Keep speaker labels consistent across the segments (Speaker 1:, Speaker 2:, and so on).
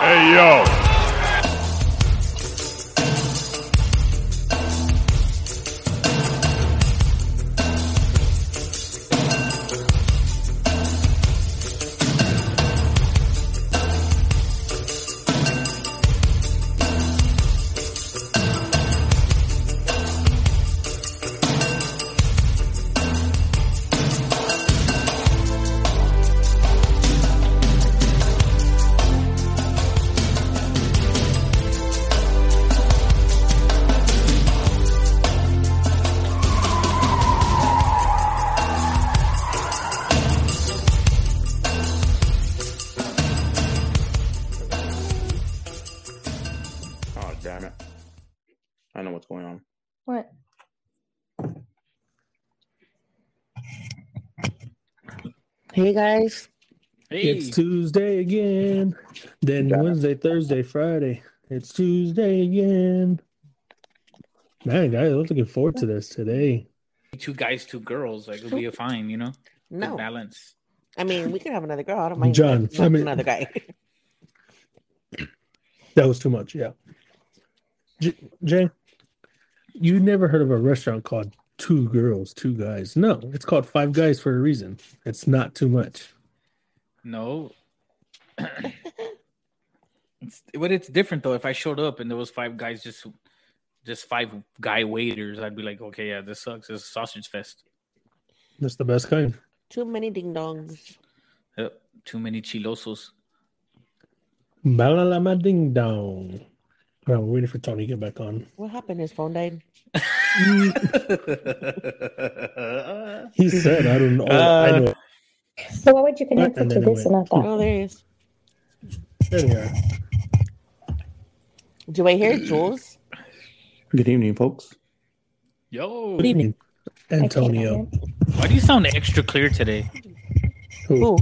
Speaker 1: Hey, yo.
Speaker 2: Oh damn it! I know what's going on.
Speaker 3: What? Hey guys.
Speaker 4: It's Tuesday again. Then
Speaker 2: Got it.
Speaker 4: Wednesday, Thursday, Friday. It's Tuesday again. Man, guys, I'm looking forward to this today.
Speaker 5: two guys, two girls, like it'll be fine, you know? Good
Speaker 6: No,
Speaker 5: balance.
Speaker 6: I mean we can have another girl. I don't mind.
Speaker 4: John,
Speaker 6: No,
Speaker 4: I mean-
Speaker 6: another guy.
Speaker 4: That was too much. Yeah. J- Jay, you never heard of a restaurant called Two Girls, Two Guys. No, it's called Five Guys for a reason. It's not too much.
Speaker 5: No. it's, but it's different though. If I showed up and there was five guys just just five guy waiters, I'd be like, okay, yeah, this sucks. This is sausage fest.
Speaker 4: That's the best kind.
Speaker 6: Too many ding dongs.
Speaker 5: Yep. Too many chilosos.
Speaker 4: Balalama ding dong. All right, we're waiting for Tony to get back on.
Speaker 6: What happened? His phone died.
Speaker 4: He said, I don't know. I know.
Speaker 3: So what would you connect it
Speaker 4: And
Speaker 3: to
Speaker 4: then
Speaker 3: this and not that?
Speaker 6: Oh, there he is.
Speaker 4: There they are.
Speaker 6: Do I hear Jules?
Speaker 2: Good evening, folks.
Speaker 5: Yo,
Speaker 4: Good evening,
Speaker 3: I can't
Speaker 4: Antonio.
Speaker 3: help
Speaker 5: why do you sound extra clear today,
Speaker 6: Who?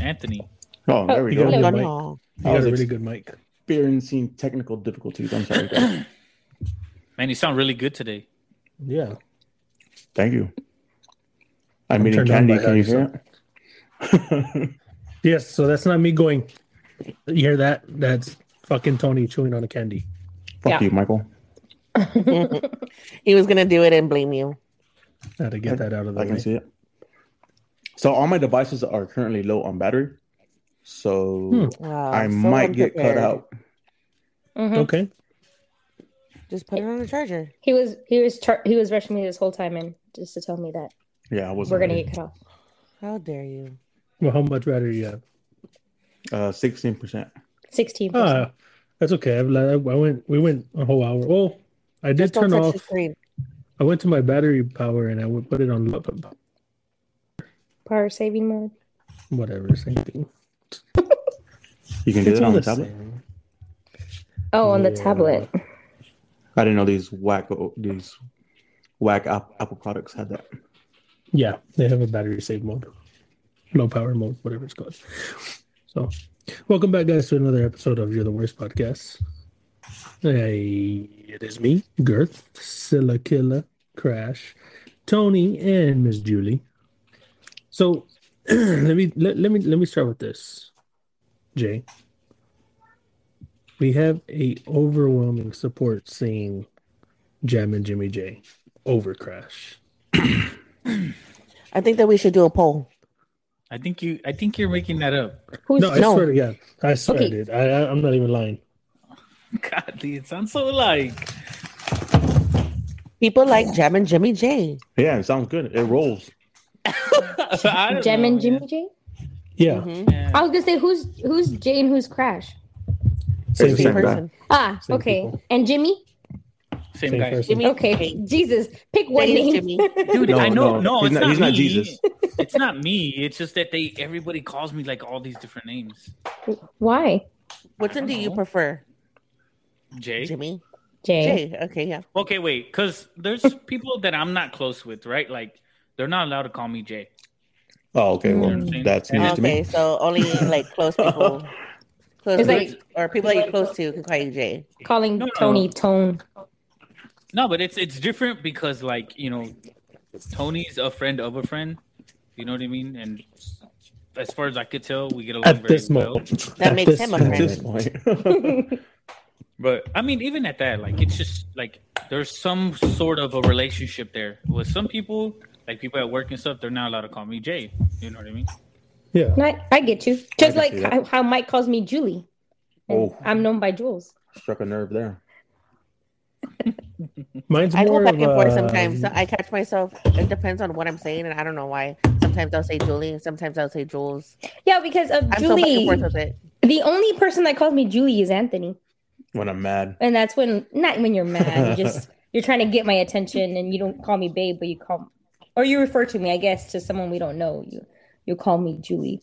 Speaker 5: Anthony?
Speaker 2: Oh, there we
Speaker 4: You got
Speaker 2: go.
Speaker 6: Hello.
Speaker 4: a good mic.
Speaker 6: Oh,
Speaker 2: I
Speaker 4: You got
Speaker 2: was
Speaker 4: a really good mic.
Speaker 2: experiencing technical difficulties. I'm sorry. guys.
Speaker 5: Man, you sound really good today.
Speaker 4: Yeah.
Speaker 2: Thank you. I'm,
Speaker 4: I'm
Speaker 2: eating
Speaker 4: turned on
Speaker 2: candy.
Speaker 4: by
Speaker 2: Can you
Speaker 4: how
Speaker 2: hear it?
Speaker 4: Yes. So that's not me going. You hear that? That's fucking Tony chewing on a candy.
Speaker 2: Fuck you, Michael.
Speaker 6: he was gonna do it and blame you.
Speaker 4: I had to get that out of the
Speaker 2: I can
Speaker 4: way.
Speaker 2: see it. So all my devices are currently low on battery. So
Speaker 4: Hmm.
Speaker 6: Wow.
Speaker 2: I
Speaker 6: so
Speaker 2: might get cut
Speaker 6: unprepared.
Speaker 2: out.
Speaker 3: Mhm.
Speaker 4: Okay.
Speaker 6: Just put it on the charger.
Speaker 3: He was he was char- he was rushing me this whole time in just to tell me that
Speaker 2: Yeah, I wasn't.
Speaker 3: we're gonna
Speaker 2: ready.
Speaker 3: get cut off.
Speaker 6: How dare you?
Speaker 4: Well, how much battery you have?
Speaker 2: Uh, sixteen percent.
Speaker 3: Sixteen percent.
Speaker 4: Ah, that's okay. I've, let- I went. We went a whole hour. Well, I did
Speaker 6: Just don't
Speaker 4: turn
Speaker 6: touch
Speaker 4: off.
Speaker 6: the screen.
Speaker 4: I went to my battery power and I would put it on low-
Speaker 3: Power saving mode.
Speaker 4: whatever. Same thing.
Speaker 2: You can do
Speaker 4: It's
Speaker 2: that
Speaker 4: all
Speaker 2: on the
Speaker 4: the
Speaker 2: tablet.
Speaker 4: same.
Speaker 3: Oh, on the
Speaker 4: Yeah.
Speaker 3: tablet.
Speaker 2: I didn't know these whack these whack app, Apple products had that.
Speaker 4: Yeah, they have a battery save mode, low power mode, whatever it's called. So, welcome back, guys, to another episode of You're the Worst Podcast. Hey, it is me, Girth, Silla Killa, Crash, Tony, and Miss Julie. So, let me let, let me let me start with this, Jay. We have a overwhelming support saying Jam and Jimmy J over Crash.
Speaker 6: I think that we should do a poll.
Speaker 5: I think you. I think you're making that up.
Speaker 3: Who's
Speaker 4: No, I
Speaker 6: No.
Speaker 4: swear to God, I swear
Speaker 3: Okay.
Speaker 4: I did. I, I, I'm not even lying.
Speaker 5: Godly, it sounds so like.
Speaker 6: People like Jam and Jimmy J.
Speaker 2: Yeah, it sounds good. It rolls.
Speaker 5: I
Speaker 3: Jem
Speaker 5: don't know, man.
Speaker 3: and Jimmy J?
Speaker 4: Yeah,
Speaker 3: Mm-hmm.
Speaker 6: Mhm.
Speaker 5: Yeah.
Speaker 3: I was gonna say who's who's Jay and who's Crash.
Speaker 2: It's the
Speaker 4: thing.
Speaker 2: same guy.
Speaker 6: person.
Speaker 3: Ah,
Speaker 4: Same
Speaker 3: okay.
Speaker 4: people.
Speaker 3: And Jimmy?
Speaker 5: Same,
Speaker 4: Same
Speaker 5: guy.
Speaker 4: person.
Speaker 6: Jimmy
Speaker 3: Okay. Jesus. Pick one
Speaker 6: That is
Speaker 3: name.
Speaker 6: Jimmy.
Speaker 5: Dude,
Speaker 2: No,
Speaker 5: I
Speaker 2: no,
Speaker 5: know. No,
Speaker 2: he's
Speaker 5: it's
Speaker 2: not-
Speaker 5: not,
Speaker 2: he's
Speaker 5: me.
Speaker 2: not Jesus.
Speaker 5: It's not me. It's just that they everybody calls me like all these different names.
Speaker 3: Why?
Speaker 6: Which one do you prefer?
Speaker 5: Jay.
Speaker 6: Jimmy?
Speaker 3: Jay.
Speaker 6: J. Okay, yeah.
Speaker 5: Okay, wait, because there's people that I'm not close with, right? Like they're not allowed to call me Jay.
Speaker 2: Oh, okay. Well,
Speaker 5: Mm.
Speaker 2: that's news to
Speaker 6: Okay,
Speaker 2: me.
Speaker 6: so only like close people. Close
Speaker 3: It's
Speaker 6: people-
Speaker 3: like-
Speaker 6: or people that you're close to can call you Jay.
Speaker 3: Calling
Speaker 5: No, no.
Speaker 3: Tony Tone.
Speaker 5: No, but it's it's different because like you know, Tony's a friend of a friend. You know what I mean? And as far as I could tell, we get along
Speaker 4: At
Speaker 5: very
Speaker 4: this
Speaker 5: well.
Speaker 4: moment.
Speaker 6: That
Speaker 4: At
Speaker 6: makes
Speaker 4: this
Speaker 6: him a
Speaker 2: At
Speaker 4: moment.
Speaker 6: friend.
Speaker 2: this point.
Speaker 5: But I mean, even at that, like it's just like there's some sort of a relationship there with some people, like people at work and stuff. They're not allowed to call me Jay. You know what I mean?
Speaker 4: Yeah.
Speaker 3: I, I get you. Just
Speaker 2: see
Speaker 3: like
Speaker 2: that.
Speaker 3: how, how Mike calls me Julie. And
Speaker 2: Oh.
Speaker 3: I'm known by Jules.
Speaker 2: Struck a nerve there.
Speaker 4: Mine's
Speaker 6: I go
Speaker 4: more
Speaker 6: back
Speaker 4: of,
Speaker 6: and forth
Speaker 4: um,
Speaker 6: sometimes. So I catch myself. It depends on what I'm saying, and I don't know why. Sometimes I'll say Julie, and sometimes I'll say Jules.
Speaker 3: Yeah, because of
Speaker 6: I'm so back and
Speaker 3: Julie.
Speaker 6: forth with it.
Speaker 3: the only person that calls me Julie is Anthony.
Speaker 2: When I'm mad.
Speaker 3: And that's when not when you're mad, you just you're trying to get my attention and you don't call me babe, but you call or you refer to me, I guess, to someone we don't know. You you call me Julie.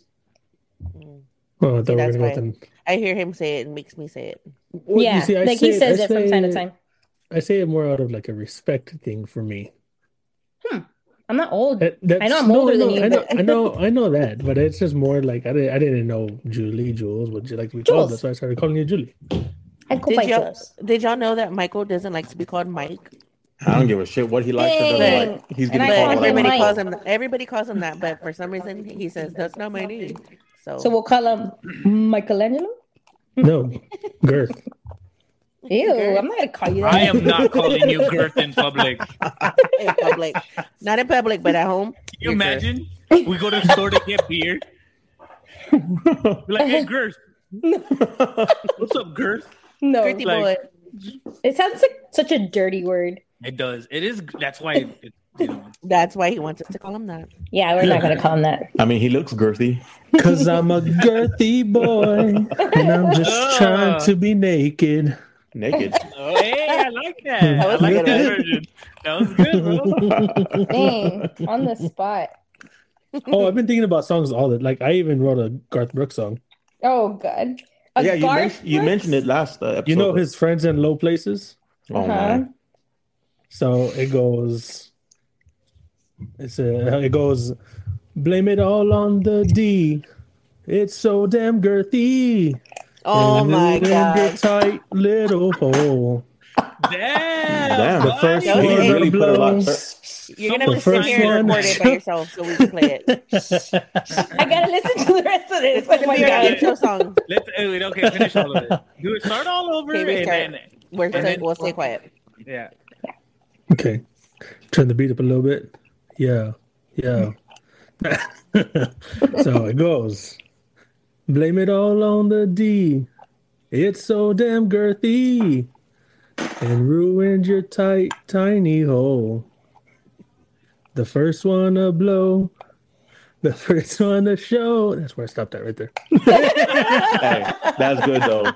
Speaker 6: Mm.
Speaker 4: Oh, I thought we were
Speaker 6: that's
Speaker 4: gonna go with
Speaker 6: why.
Speaker 4: them.
Speaker 6: I hear him say it, and makes me say it.
Speaker 4: Well, you
Speaker 3: yeah.
Speaker 4: see, I
Speaker 3: like
Speaker 4: say-
Speaker 3: he says
Speaker 4: I
Speaker 3: it from time to
Speaker 4: say-
Speaker 3: time.
Speaker 4: I say it more out of like a respect thing for me.
Speaker 3: I'm not old.
Speaker 4: That- that's,
Speaker 3: know I'm
Speaker 4: no,
Speaker 3: older
Speaker 4: no,
Speaker 3: than you,
Speaker 4: I know,
Speaker 3: but-
Speaker 4: I know, I know that, but it's just more like I didn't, I didn't know Julie Jules. Would you like to be
Speaker 3: Jules.
Speaker 4: called? That's why I started calling you Julie.
Speaker 3: I go
Speaker 6: Did
Speaker 3: by
Speaker 6: y'all-
Speaker 3: Jules.
Speaker 6: Did y'all know that Michael doesn't like to be called Mike?
Speaker 2: I don't give a shit what he likes or doesn't
Speaker 3: Dang.
Speaker 2: like. He's
Speaker 3: And
Speaker 2: getting
Speaker 3: I
Speaker 2: called
Speaker 3: call
Speaker 2: whatever.
Speaker 3: him
Speaker 6: everybody
Speaker 3: Mike.
Speaker 6: calls him. Everybody calls him that, but for some reason he says that's not my name. So,
Speaker 3: So we'll call him Michelangelo.
Speaker 4: No, Girth.
Speaker 3: Ew,
Speaker 6: Girth.
Speaker 3: I'm not gonna call you that.
Speaker 5: I am not calling you Girth in public. Can
Speaker 6: in public, not in public, but at home.
Speaker 5: you
Speaker 6: You're Girth.
Speaker 5: imagine? We go to the store to get beer. We're like, hey, Girth, what's up, Girth?
Speaker 3: no.
Speaker 6: Girthy
Speaker 5: like-
Speaker 6: boy.
Speaker 3: It sounds like such a dirty word.
Speaker 5: It does. It is. That's why. It, you know,
Speaker 6: That's why he wants us to call him that.
Speaker 3: Yeah, we're not gonna call him that.
Speaker 2: I mean, he looks girthy.
Speaker 4: Cause I'm a girthy boy, and I'm
Speaker 5: Ah.
Speaker 4: just trying to be naked.
Speaker 2: Naked.
Speaker 5: oh, hey, I like that. I
Speaker 6: was
Speaker 5: like
Speaker 6: good,
Speaker 5: that
Speaker 6: right?
Speaker 5: version. That was good, bro.
Speaker 3: Dang, on the spot.
Speaker 4: Oh, I've been thinking about songs all that. Like I even wrote a Garth Brooks song.
Speaker 3: Oh god. A
Speaker 2: yeah, you,
Speaker 3: Garth
Speaker 2: men- you
Speaker 3: Brooks?
Speaker 2: mentioned it last uh, episode.
Speaker 4: You know his friends in low places.
Speaker 2: Oh,
Speaker 3: Uh-huh.
Speaker 2: man.
Speaker 4: So it goes. It's a, it goes. Blame it all on the D. It's so damn girthy.
Speaker 6: Oh
Speaker 4: And
Speaker 6: my
Speaker 4: in the
Speaker 6: god!
Speaker 4: tight little hole.
Speaker 5: Damn.
Speaker 2: Damn, the
Speaker 5: buddy.
Speaker 2: first
Speaker 6: That
Speaker 2: one
Speaker 6: was eight.
Speaker 2: really put a lot.
Speaker 6: You're gonna have to sit
Speaker 4: Someone
Speaker 6: here and record it
Speaker 4: signed-
Speaker 6: by yourself so we can play it.
Speaker 3: I gotta listen to the rest of this.
Speaker 6: It's
Speaker 3: Oh
Speaker 6: gonna
Speaker 3: my
Speaker 6: be our
Speaker 3: god.
Speaker 6: intro song.
Speaker 5: Let's hey, wait, okay, finish all of it. Do it start all over
Speaker 6: Okay, we
Speaker 5: and
Speaker 6: start.
Speaker 5: then
Speaker 6: We're
Speaker 5: And then-
Speaker 6: we'll stay quiet.
Speaker 5: yeah.
Speaker 4: Okay, turn the beat up a little bit. Yeah, yeah. so it goes. Blame it all on the D. It's so damn girthy and ruined your tight, tiny hole. The first one to blow, the first one to show. That's where I stopped at right there.
Speaker 2: Hey, that's good, though.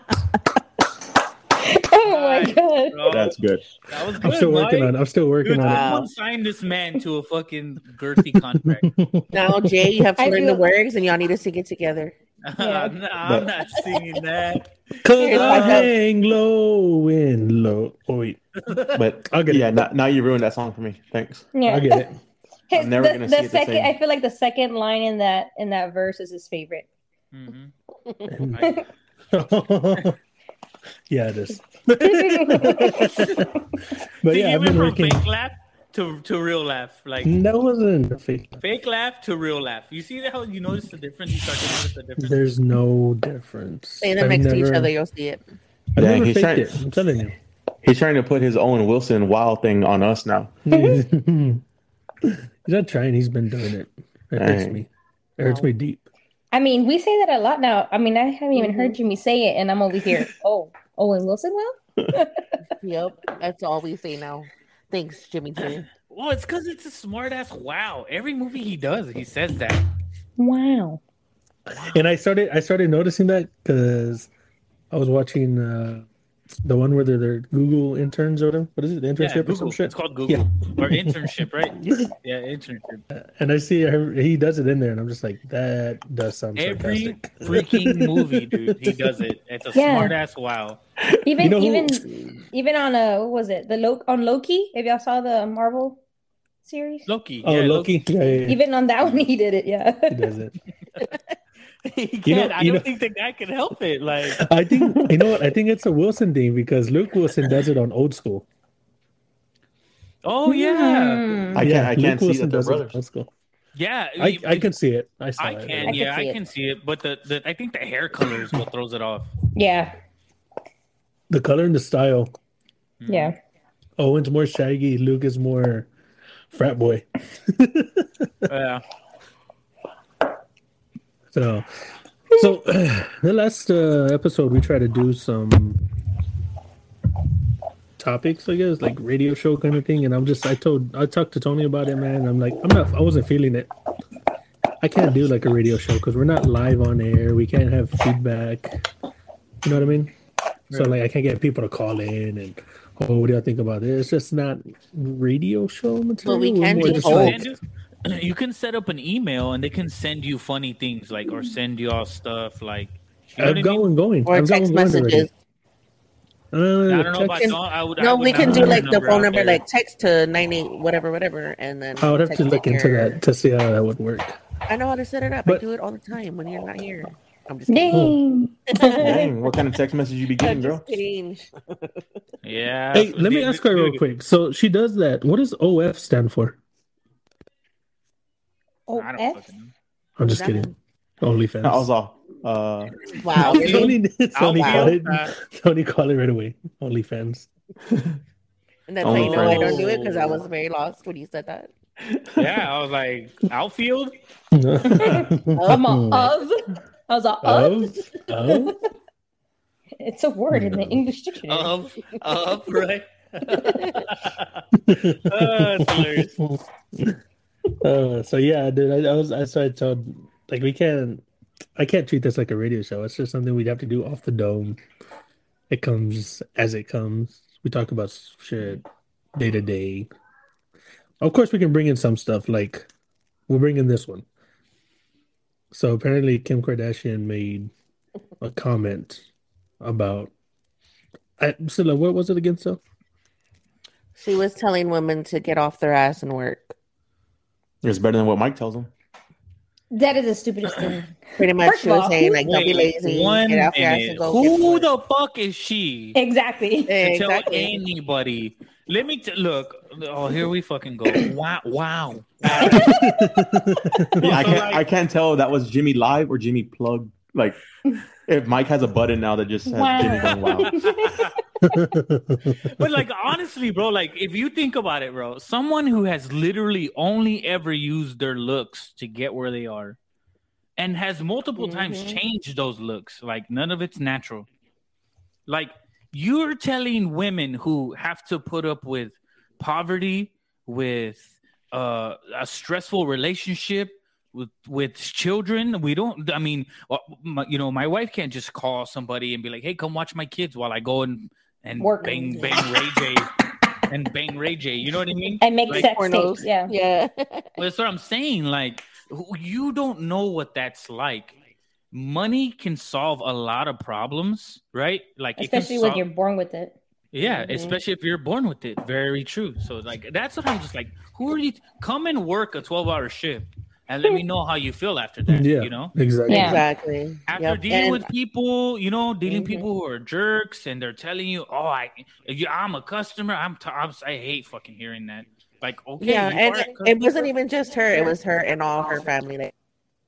Speaker 3: Oh my god.
Speaker 5: Bro,
Speaker 2: That's good.
Speaker 5: that was good.
Speaker 4: I'm still working on. it. I'm still working
Speaker 5: Dude,
Speaker 4: on
Speaker 6: Wow.
Speaker 5: someone signed this man to a fucking girthy contract.
Speaker 6: Now, Jay, you have to
Speaker 3: I
Speaker 6: learn the
Speaker 3: feel-
Speaker 6: words, and y'all need to sing it together.
Speaker 3: Yeah.
Speaker 5: no, I'm not singing that.
Speaker 4: it. Cause
Speaker 6: Here's
Speaker 4: I
Speaker 6: my-
Speaker 4: hang low and low. Oh wait,
Speaker 2: But
Speaker 4: I'll get it.
Speaker 2: yeah, now, now you ruined that song for me. Thanks.
Speaker 3: Yeah.
Speaker 4: I get it.
Speaker 3: His,
Speaker 2: I'm never
Speaker 3: the,
Speaker 2: gonna
Speaker 3: the
Speaker 2: see it the
Speaker 3: second
Speaker 2: same.
Speaker 3: I feel like the second line in that in that verse is his favorite.
Speaker 5: Mhm.
Speaker 4: yeah, it is. but
Speaker 5: See,
Speaker 4: yeah,
Speaker 5: you
Speaker 4: I've
Speaker 5: went
Speaker 4: been
Speaker 5: from
Speaker 4: working. Hmm.
Speaker 5: fake laugh to, to real laugh. Like
Speaker 4: That wasn't a fake.
Speaker 5: fake laugh to real laugh. You see how you notice the difference? You start to notice the difference.
Speaker 4: There's no difference.
Speaker 6: Say them
Speaker 4: I've
Speaker 6: next to each
Speaker 4: never-
Speaker 6: other, you'll see it.
Speaker 4: I've
Speaker 2: Yeah,
Speaker 4: never
Speaker 2: he's
Speaker 4: faked
Speaker 2: trying-
Speaker 4: it. I'm telling you.
Speaker 2: He's trying to put his own Wilson Wild thing on us now.
Speaker 4: he's not trying. He's been doing it. It hurts
Speaker 2: Dang.
Speaker 4: me. It hurts
Speaker 6: Wow.
Speaker 4: me deep.
Speaker 3: I mean, we say that a lot now. I mean, I haven't even heard Jimmy say it, and I'm over here. Oh, Owen Wilson. Well,
Speaker 6: Yep, that's all we say now. Thanks, Jimmy Jr.
Speaker 5: Well, Oh, it's because it's a smart ass wow. Every movie he does, he says that.
Speaker 3: wow.
Speaker 4: And I started. I started noticing that because I was watching uh, the one where they're, they're Google interns or whatever. What is it? The
Speaker 5: Yeah,
Speaker 4: internship or some
Speaker 5: Google.
Speaker 4: shit.
Speaker 5: It's called Google or internship, right? Yeah, internship.
Speaker 4: And I see her, he does it in there, and I'm just like, that does sound
Speaker 5: Every
Speaker 4: sarcastic.
Speaker 5: freaking movie, dude, he does it. It's a
Speaker 3: Yeah.
Speaker 5: smart ass wow.
Speaker 3: Even
Speaker 4: You know who-
Speaker 3: even even on uh what was it the Lo- on Loki? If y'all saw the Marvel series,
Speaker 5: Loki.
Speaker 4: Oh,
Speaker 5: yeah,
Speaker 4: Loki. Yeah, yeah, yeah.
Speaker 3: even on that one he did it. Yeah.
Speaker 4: He does it.
Speaker 5: He can't.
Speaker 4: know-
Speaker 5: I
Speaker 4: you
Speaker 5: don't
Speaker 4: know-
Speaker 5: think the guy can help it. Like,
Speaker 4: I think you know what I think it's a Wilson thing because Luke Wilson does it on old school.
Speaker 5: oh yeah,
Speaker 3: Hmm.
Speaker 2: I can't. I
Speaker 4: Luke
Speaker 5: oh,
Speaker 2: can't see
Speaker 4: Wilson
Speaker 2: that
Speaker 3: Mm.
Speaker 6: Mm.
Speaker 2: they're
Speaker 4: does it on
Speaker 2: brothers.
Speaker 4: Old school.
Speaker 5: Yeah,
Speaker 4: I, I
Speaker 5: it-
Speaker 4: can see it. I saw
Speaker 5: I
Speaker 4: it.
Speaker 5: can.
Speaker 6: I can
Speaker 5: yeah,
Speaker 6: see
Speaker 5: I
Speaker 6: it.
Speaker 5: can see it. But the, the I think the hair color is what throws it off.
Speaker 3: Yeah,
Speaker 4: The color and the style.
Speaker 5: Mm.
Speaker 3: yeah.
Speaker 4: Owen's more shaggy. Luke is more frat boy.
Speaker 5: Yeah.
Speaker 4: So, so the last uh, episode we try to do some topics, I guess, like radio show kind of thing. And I'm just, I told, I talked to Tony about it, man. I'm like, I'm not, I wasn't feeling it. I can't do like a radio show because we're not live on air. We can't have feedback. You know what I mean? So like, I can't get people to call in and. Oh, what do y'all think about this? It's just not radio show material.
Speaker 6: we
Speaker 4: We're
Speaker 6: can
Speaker 4: more
Speaker 6: do
Speaker 4: just
Speaker 5: You
Speaker 6: Oh.
Speaker 4: like-
Speaker 5: can do- You can set up an email and they can send you funny things like or send y'all stuff like you know what
Speaker 4: I'm
Speaker 5: I mean?
Speaker 4: going, going.
Speaker 6: Or
Speaker 4: I'm
Speaker 6: text
Speaker 4: going, going already.
Speaker 6: messages.
Speaker 4: Uh,
Speaker 5: I don't know about
Speaker 4: text-
Speaker 5: y'all. I would, I
Speaker 6: No,
Speaker 5: would
Speaker 6: we
Speaker 5: not
Speaker 6: can
Speaker 5: put
Speaker 6: do
Speaker 5: your
Speaker 6: like the phone
Speaker 5: out
Speaker 6: number,
Speaker 5: there.
Speaker 6: like text to nine eight whatever, whatever, and then
Speaker 4: I would have to
Speaker 6: text
Speaker 4: look
Speaker 6: it
Speaker 4: into
Speaker 6: your-
Speaker 4: that to see how that would work.
Speaker 6: I know how to set it up. I
Speaker 4: But-
Speaker 6: do it all the time when you're not here. I'm just kidding.
Speaker 3: Dang.
Speaker 2: Dang, what kind of text message you be getting,
Speaker 6: I'm
Speaker 2: girl?
Speaker 6: just kidding.
Speaker 5: Yeah.
Speaker 4: Hey, let me
Speaker 5: Dude,
Speaker 4: ask her real
Speaker 5: dude,
Speaker 4: quick. So she does that. What does OF stand for?
Speaker 3: Oh,
Speaker 5: I don't
Speaker 3: F.
Speaker 5: fucking know.
Speaker 4: I'm just
Speaker 6: That
Speaker 4: kidding. OnlyFans.
Speaker 2: I was all, uh,
Speaker 6: Wow.
Speaker 5: I'll see.
Speaker 4: Tony, Tony,
Speaker 5: I'll
Speaker 4: called
Speaker 5: be-
Speaker 4: it, Tony called it right away. OnlyFans.
Speaker 6: And that's how you know I don't do it because I
Speaker 5: Oh.
Speaker 6: was very lost when you said that.
Speaker 5: yeah, I was like outfield.
Speaker 3: I'm a of. I was a of.
Speaker 4: Hmm. of, of?
Speaker 3: It's a word in the English dictionary.
Speaker 5: Of, of, right? Uh, it's hilarious.
Speaker 4: Uh, so yeah, dude, I, I was. I so I told like we can't. I can't treat this like a radio show. It's just something we'd have to do off the dome. It comes as it comes. We talk about s- shit day to day. Of course, we can bring in some stuff. Like we'll bring in this one. So apparently, Kim Kardashian made a comment about. I, Scylla, what was it again? So
Speaker 6: She was telling women to get off their ass and work.
Speaker 2: it's better than what Mike tells him.
Speaker 3: That is the stupidest thing.
Speaker 6: Pretty much,
Speaker 3: First
Speaker 6: she
Speaker 3: of
Speaker 6: was
Speaker 3: all,
Speaker 6: saying
Speaker 3: who-
Speaker 6: like, don't be
Speaker 5: Wait,
Speaker 6: lazy,
Speaker 5: one
Speaker 6: get off your ass and
Speaker 5: minute.
Speaker 6: go. get
Speaker 5: Who
Speaker 6: work.
Speaker 5: the fuck is she?
Speaker 3: Exactly.
Speaker 5: to tell
Speaker 6: Exactly.
Speaker 5: anybody. Let me t- look. Oh, here we fucking go. Wow, wow.
Speaker 2: I can't.
Speaker 5: like-
Speaker 2: I can't tell that was Jimmy live or Jimmy plug. Like, if Mike has a button now that just says
Speaker 3: Wow.
Speaker 2: Jimmy going wow.
Speaker 5: But like honestly, bro, like if you think about it, bro, someone who has literally only ever used their looks to get where they are and has multiple times
Speaker 6: Mhm.
Speaker 5: changed those looks, like none of it's natural. Like you're telling women who have to put up with poverty, with uh, a stressful relationship, with with children. We don't. I mean, uh, my- you know, my wife can't just call somebody and be like, "Hey, come watch my kids while I go and and
Speaker 3: Work.
Speaker 5: bang bang Ray J and bang Ray J." You know what I mean?
Speaker 3: And make
Speaker 5: Like
Speaker 3: sex
Speaker 6: pornos.
Speaker 3: tapes. Yeah.
Speaker 6: Yeah.
Speaker 5: Well, that's what I'm saying. Like, who- you don't know what that's like. Money can solve a lot of problems, right? Like, it can
Speaker 3: Especially when
Speaker 5: sol-
Speaker 3: you're born with it.
Speaker 5: yeah,
Speaker 6: Mhm.
Speaker 5: especially if you're born with it. Very true. So like that's what I'm just like, who are you come and work a 12-hour shift and let me know how you feel after that,
Speaker 4: yeah,
Speaker 5: you know?
Speaker 4: exactly.
Speaker 3: Yeah.
Speaker 6: Exactly.
Speaker 5: After
Speaker 6: Yep.
Speaker 5: dealing
Speaker 6: And-
Speaker 5: with people, you know, dealing
Speaker 6: Mhm.
Speaker 5: people who are jerks and they're telling you, "Oh, I you, I'm a customer. I'm, t- I'm I hate fucking hearing that." Like, okay,
Speaker 6: yeah,
Speaker 5: you
Speaker 6: and
Speaker 5: are a
Speaker 6: it, it wasn't
Speaker 5: customer.
Speaker 6: even just her; it was her and all her family. Like,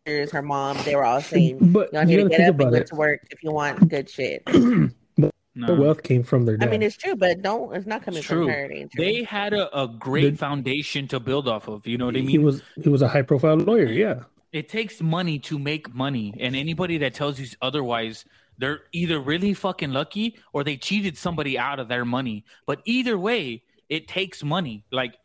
Speaker 6: here's her mom. They were all saying,
Speaker 4: But
Speaker 6: "Y'all
Speaker 4: you
Speaker 6: need to
Speaker 4: gotta
Speaker 6: get
Speaker 4: think
Speaker 6: up and
Speaker 4: about
Speaker 6: go
Speaker 4: it.
Speaker 6: to work if you want good shit."
Speaker 5: No.
Speaker 4: The wealth came from their
Speaker 6: I
Speaker 4: dad.
Speaker 6: mean, it's true, but don't. It's not coming
Speaker 5: It's
Speaker 6: from
Speaker 5: true.
Speaker 6: her. It ain't true.
Speaker 5: They had a, a great
Speaker 4: The-
Speaker 5: foundation to build off of. You know what I
Speaker 4: He
Speaker 5: mean?
Speaker 4: was he was a high profile lawyer. Yeah,
Speaker 5: it takes money to make money and anybody that tells you otherwise they're either really fucking lucky or they cheated somebody out of their money but either way it takes money like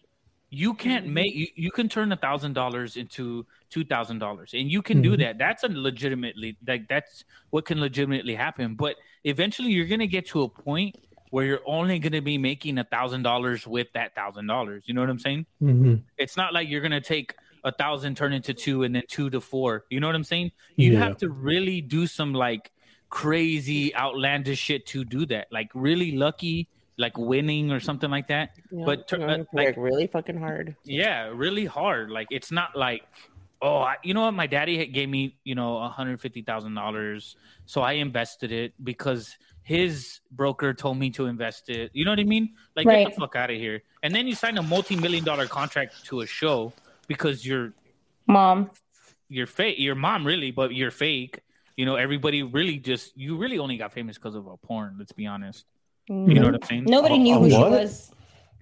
Speaker 5: you can't make you, you can turn a thousand dollars into two thousand dollars and you can do
Speaker 4: Mhm.
Speaker 5: that that's a legitimately like that's what can legitimately happen but eventually you're gonna get to a point where you're only gonna be making a thousand dollars with that thousand dollars you know what i'm saying
Speaker 4: mm-hmm.
Speaker 5: it's not like you're gonna take a thousand turn into two and then two to four. You know what I'm saying? You
Speaker 4: Yeah.
Speaker 5: have to really do some like crazy outlandish shit to do that. Like really lucky, like winning or something like that.
Speaker 6: Yeah,
Speaker 5: but tur-
Speaker 6: you know,
Speaker 5: uh,
Speaker 6: you
Speaker 5: like-
Speaker 6: work really fucking hard.
Speaker 5: Yeah, really hard. Like it's not like oh, I, you know what? My daddy had gave me you know one hundred fifty thousand dollars, so I invested it because his broker told me to invest it. You know what I mean? Like get
Speaker 3: Right.
Speaker 5: the fuck out of here. And then you sign a multi million dollar contract to a show because you're
Speaker 3: Mom.
Speaker 5: You're fake. Your mom really, but you're fake. You know, everybody really just you really only got famous because of a porn. Let's be honest. You know what I'm saying?
Speaker 3: Mm-hmm. Nobody knew
Speaker 2: A- a
Speaker 3: who she
Speaker 2: what?
Speaker 3: was.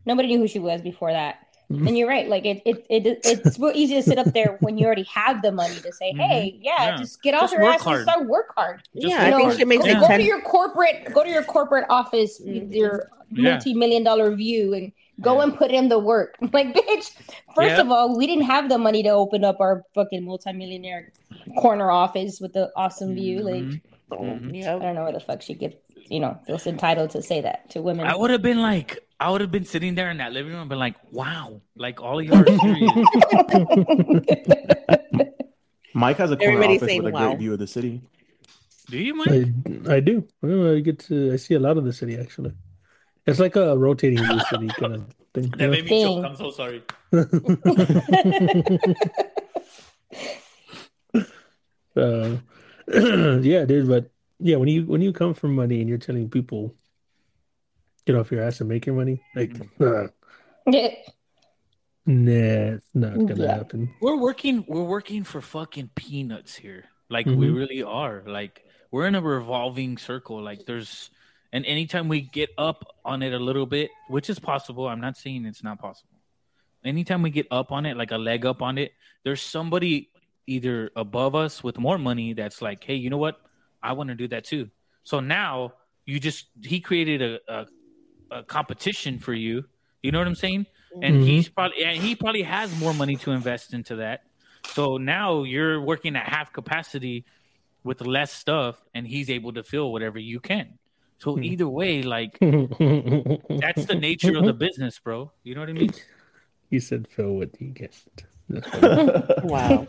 Speaker 3: Nobody knew who she was before that. And you're right. Like it, it, it it's real easy to sit up there when you already have the money to say, "Hey, yeah,
Speaker 5: Mm-hmm. Yeah.
Speaker 3: just get off
Speaker 5: Just
Speaker 3: your
Speaker 5: work
Speaker 3: ass
Speaker 5: hard.
Speaker 3: and start work hard."
Speaker 5: Just
Speaker 6: yeah, I
Speaker 5: work
Speaker 6: think
Speaker 5: hard.
Speaker 6: she makes
Speaker 3: go,
Speaker 5: Yeah.
Speaker 6: like
Speaker 3: go
Speaker 6: ten. Mm-hmm.
Speaker 3: to your corporate go to your corporate office with your
Speaker 5: Yeah.
Speaker 3: multi-million dollar view and go
Speaker 5: Yeah.
Speaker 3: and put in the work like bitch first
Speaker 5: Yeah.
Speaker 3: of all we didn't have the money to open up our fucking multi-millionaire corner office with the awesome view like
Speaker 6: Mm-hmm.
Speaker 5: Mhm. Mhm.
Speaker 3: i
Speaker 6: Yep.
Speaker 3: don't know what the fuck she gets you know feels entitled to say that to women
Speaker 5: I would have been like, I would have been sitting there in that living room, and been like, wow, like all of y'all are serious.
Speaker 2: Mike has a corner
Speaker 6: Everybody
Speaker 2: office
Speaker 6: saying
Speaker 2: with a
Speaker 6: wow.
Speaker 2: great view of the city.
Speaker 5: Do you mind?
Speaker 4: I, I do. Well, I get to. I see a lot of the city actually. It's like a rotating view city kind of thing.
Speaker 5: That made me
Speaker 3: Dang.
Speaker 5: choke. I'm so sorry.
Speaker 4: Uh, yeah, dude. But yeah, when you when you come from money and you're telling people, get off your ass and make your money, like,
Speaker 5: Mm-hmm.
Speaker 4: uh, nah, it's not gonna
Speaker 3: Yeah.
Speaker 4: happen.
Speaker 5: We're working. We're working for fucking peanuts here. Like we
Speaker 4: Mhm.
Speaker 5: really are. Like we're in a revolving circle. Like there's, and anytime we get up on it a little bit, which is possible. I'm not saying it's not possible. Anytime we get up on it, like a leg up on it, there's somebody either above us with more money that's like, hey, you know what? I want to do that too. So now you just he created a a, a competition for you. You know what I'm saying? And
Speaker 4: Mhm.
Speaker 5: he's probably and he probably has more money to invest into that. So now you're working at half capacity with less stuff, and he's able to fill whatever you can. So either way, like that's the nature of the business, bro. You know what I mean?
Speaker 4: You said Phil, what do you get?
Speaker 6: Wow.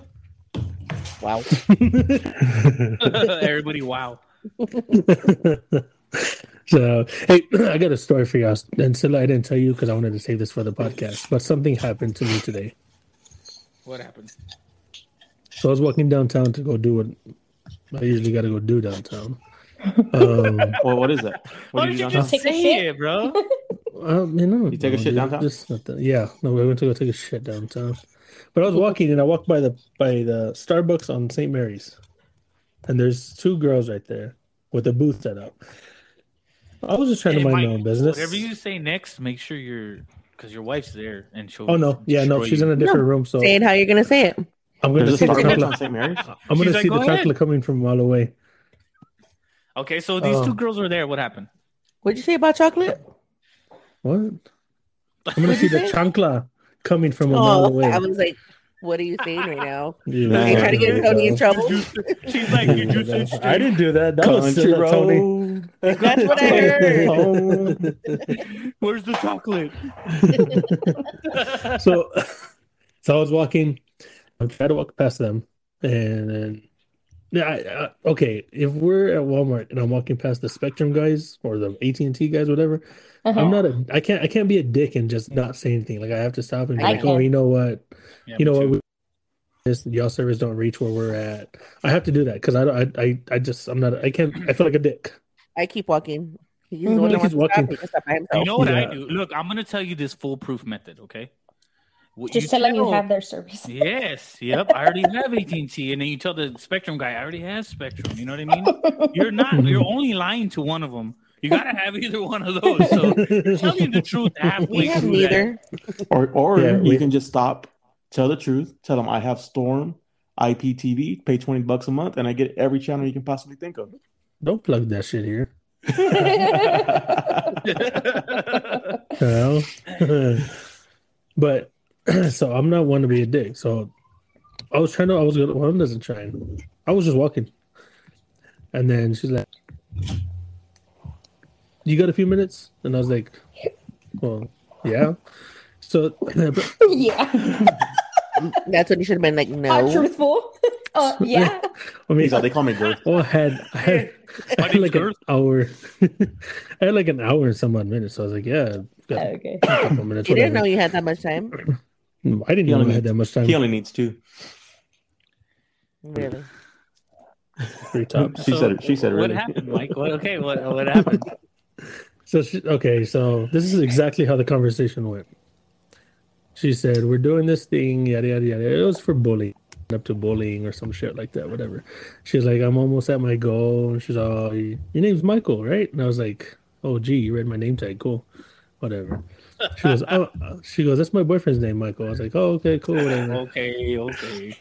Speaker 6: Wow.
Speaker 5: Everybody, wow.
Speaker 4: So, hey, I got a story for y'all. And Scylla, I didn't tell you because I wanted to save this for the podcast, but something happened to me today.
Speaker 5: What happened?
Speaker 4: So I was walking downtown to go do what I usually got to go do downtown. Um,
Speaker 2: Well, what is that? What
Speaker 5: Why
Speaker 2: do
Speaker 5: did
Speaker 2: you
Speaker 5: you
Speaker 2: do downtown?
Speaker 5: just
Speaker 3: Take a
Speaker 5: say
Speaker 3: shit?
Speaker 5: it, bro?
Speaker 4: I mean, no,
Speaker 2: You take a
Speaker 4: no,
Speaker 2: shit
Speaker 4: dude,
Speaker 2: downtown?
Speaker 4: Just not that. Yeah, no, we went to go take a shit downtown. But I was walking and I walked by the by the Starbucks on St. Mary's, and there's two girls right there with a booth set up. I was just trying
Speaker 5: Hey,
Speaker 4: to mind
Speaker 5: Mike,
Speaker 4: my own business.
Speaker 5: Whatever you say next, make sure you're because your wife's there and she'll.
Speaker 4: Oh no, yeah, no,
Speaker 5: destroy
Speaker 4: she's
Speaker 5: you.
Speaker 4: in a different room, so
Speaker 6: Say it how you're gonna say it.
Speaker 4: I'm going to
Speaker 2: There's
Speaker 4: see
Speaker 2: a
Speaker 4: the
Speaker 2: Starbucks on
Speaker 4: chocolate.
Speaker 2: St. Mary's.
Speaker 4: I'm
Speaker 5: She's
Speaker 4: going to
Speaker 5: like,
Speaker 4: see
Speaker 5: "Go
Speaker 4: the
Speaker 5: ahead."
Speaker 4: chocolate coming from a mile away.
Speaker 5: Okay, so these two
Speaker 4: Um,
Speaker 5: girls were there. What happened?
Speaker 6: What'd you say about chocolate?
Speaker 4: What? I'm going to see the chancla coming from a mile
Speaker 6: Oh,
Speaker 4: away.
Speaker 6: I was like, what are you saying right now?
Speaker 4: You
Speaker 2: Nah.
Speaker 6: Are you trying to get Tony in trouble?
Speaker 5: She's like, you just said
Speaker 4: I
Speaker 5: straight.
Speaker 4: didn't do that. That was
Speaker 2: Country
Speaker 4: Scylla, uh, Tony.
Speaker 2: road.
Speaker 6: That's what I heard.
Speaker 5: Where's the chocolate?
Speaker 4: so so I was walking. I'm trying to walk past them, and then yeah, I, I, okay. If we're at Walmart and I'm walking past the Spectrum guys or the AT and T guys, whatever,
Speaker 3: Uh-huh.
Speaker 4: I'm not a. I can't. I can't be a dick and just not say anything. Like I have to stop and be
Speaker 3: I
Speaker 4: like, oh,
Speaker 3: can.
Speaker 4: you know what,
Speaker 5: Yeah,
Speaker 4: you know
Speaker 5: me
Speaker 4: what.
Speaker 5: too.
Speaker 4: We, this, y'all service don't reach where we're at. I have to do that because I don't. I, I I just I'm not. I can't. I feel like a dick.
Speaker 6: I keep walking. He's
Speaker 2: Mm-hmm.
Speaker 6: the one that
Speaker 4: He's
Speaker 6: wants to stop
Speaker 4: walking.
Speaker 6: me. He's up by himself.
Speaker 5: You know what
Speaker 4: Yeah.
Speaker 5: I do? Look, I'm gonna tell you this foolproof method, okay? What
Speaker 3: just telling you
Speaker 5: tell-
Speaker 3: have their service
Speaker 5: Yes. Yep. I already have AT&T, and then you tell the Spectrum guy, I already have Spectrum. You know what I mean? You're not. You're only lying to one of them. You gotta have either one of those. So tell me the truth halfway
Speaker 6: We have
Speaker 5: through that.
Speaker 6: neither.
Speaker 2: Or, or
Speaker 4: Yeah,
Speaker 2: you
Speaker 4: we-
Speaker 2: can just stop, tell the truth, tell them I have Storm, IPTV, pay 20 bucks a month, and I get every channel you can possibly think of.
Speaker 4: Don't plug that shit here.
Speaker 5: That's
Speaker 4: You know? but so I'm not one to be a dick. So I was trying to. I was good. One doesn't try. I was just walking, and then she's like, "You got a few minutes?" And I was like, "Well, yeah." So
Speaker 3: yeah
Speaker 6: That's when you should have been like,
Speaker 3: not
Speaker 6: no.
Speaker 3: truthful uh, yeah
Speaker 4: I mean,
Speaker 2: He's like, they call me Girth.
Speaker 4: well, I had I had, I had
Speaker 5: name's
Speaker 4: like an
Speaker 5: Girth.
Speaker 4: hour. I had like an hour and some odd minutes. So I was like, "Yeah, I've got a
Speaker 3: okay
Speaker 4: couple minutes."
Speaker 6: Oh. You didn't know
Speaker 4: whatever.
Speaker 6: you had that much time.
Speaker 4: I didn't
Speaker 2: He
Speaker 4: even know
Speaker 2: only
Speaker 4: I had that much time.
Speaker 2: He only needs two.
Speaker 6: Really?
Speaker 4: Three tops.
Speaker 2: She said it. She said it.
Speaker 5: What
Speaker 2: really.
Speaker 5: happened, Mike? What, okay, what what happened?
Speaker 4: So she, okay, so this is exactly how the conversation went. She said, "We're doing this thing, yada yada yada." It was for bullying. up to bullying or some shit like that, whatever. She's like, I'm almost at my goal. And she's all, your name's Michael, right? And I was like, oh, gee, you read my name tag. Cool. Whatever. She goes, oh, she goes, that's my boyfriend's name, Michael. I was like, oh, okay, cool, whatever.
Speaker 5: Okay, okay.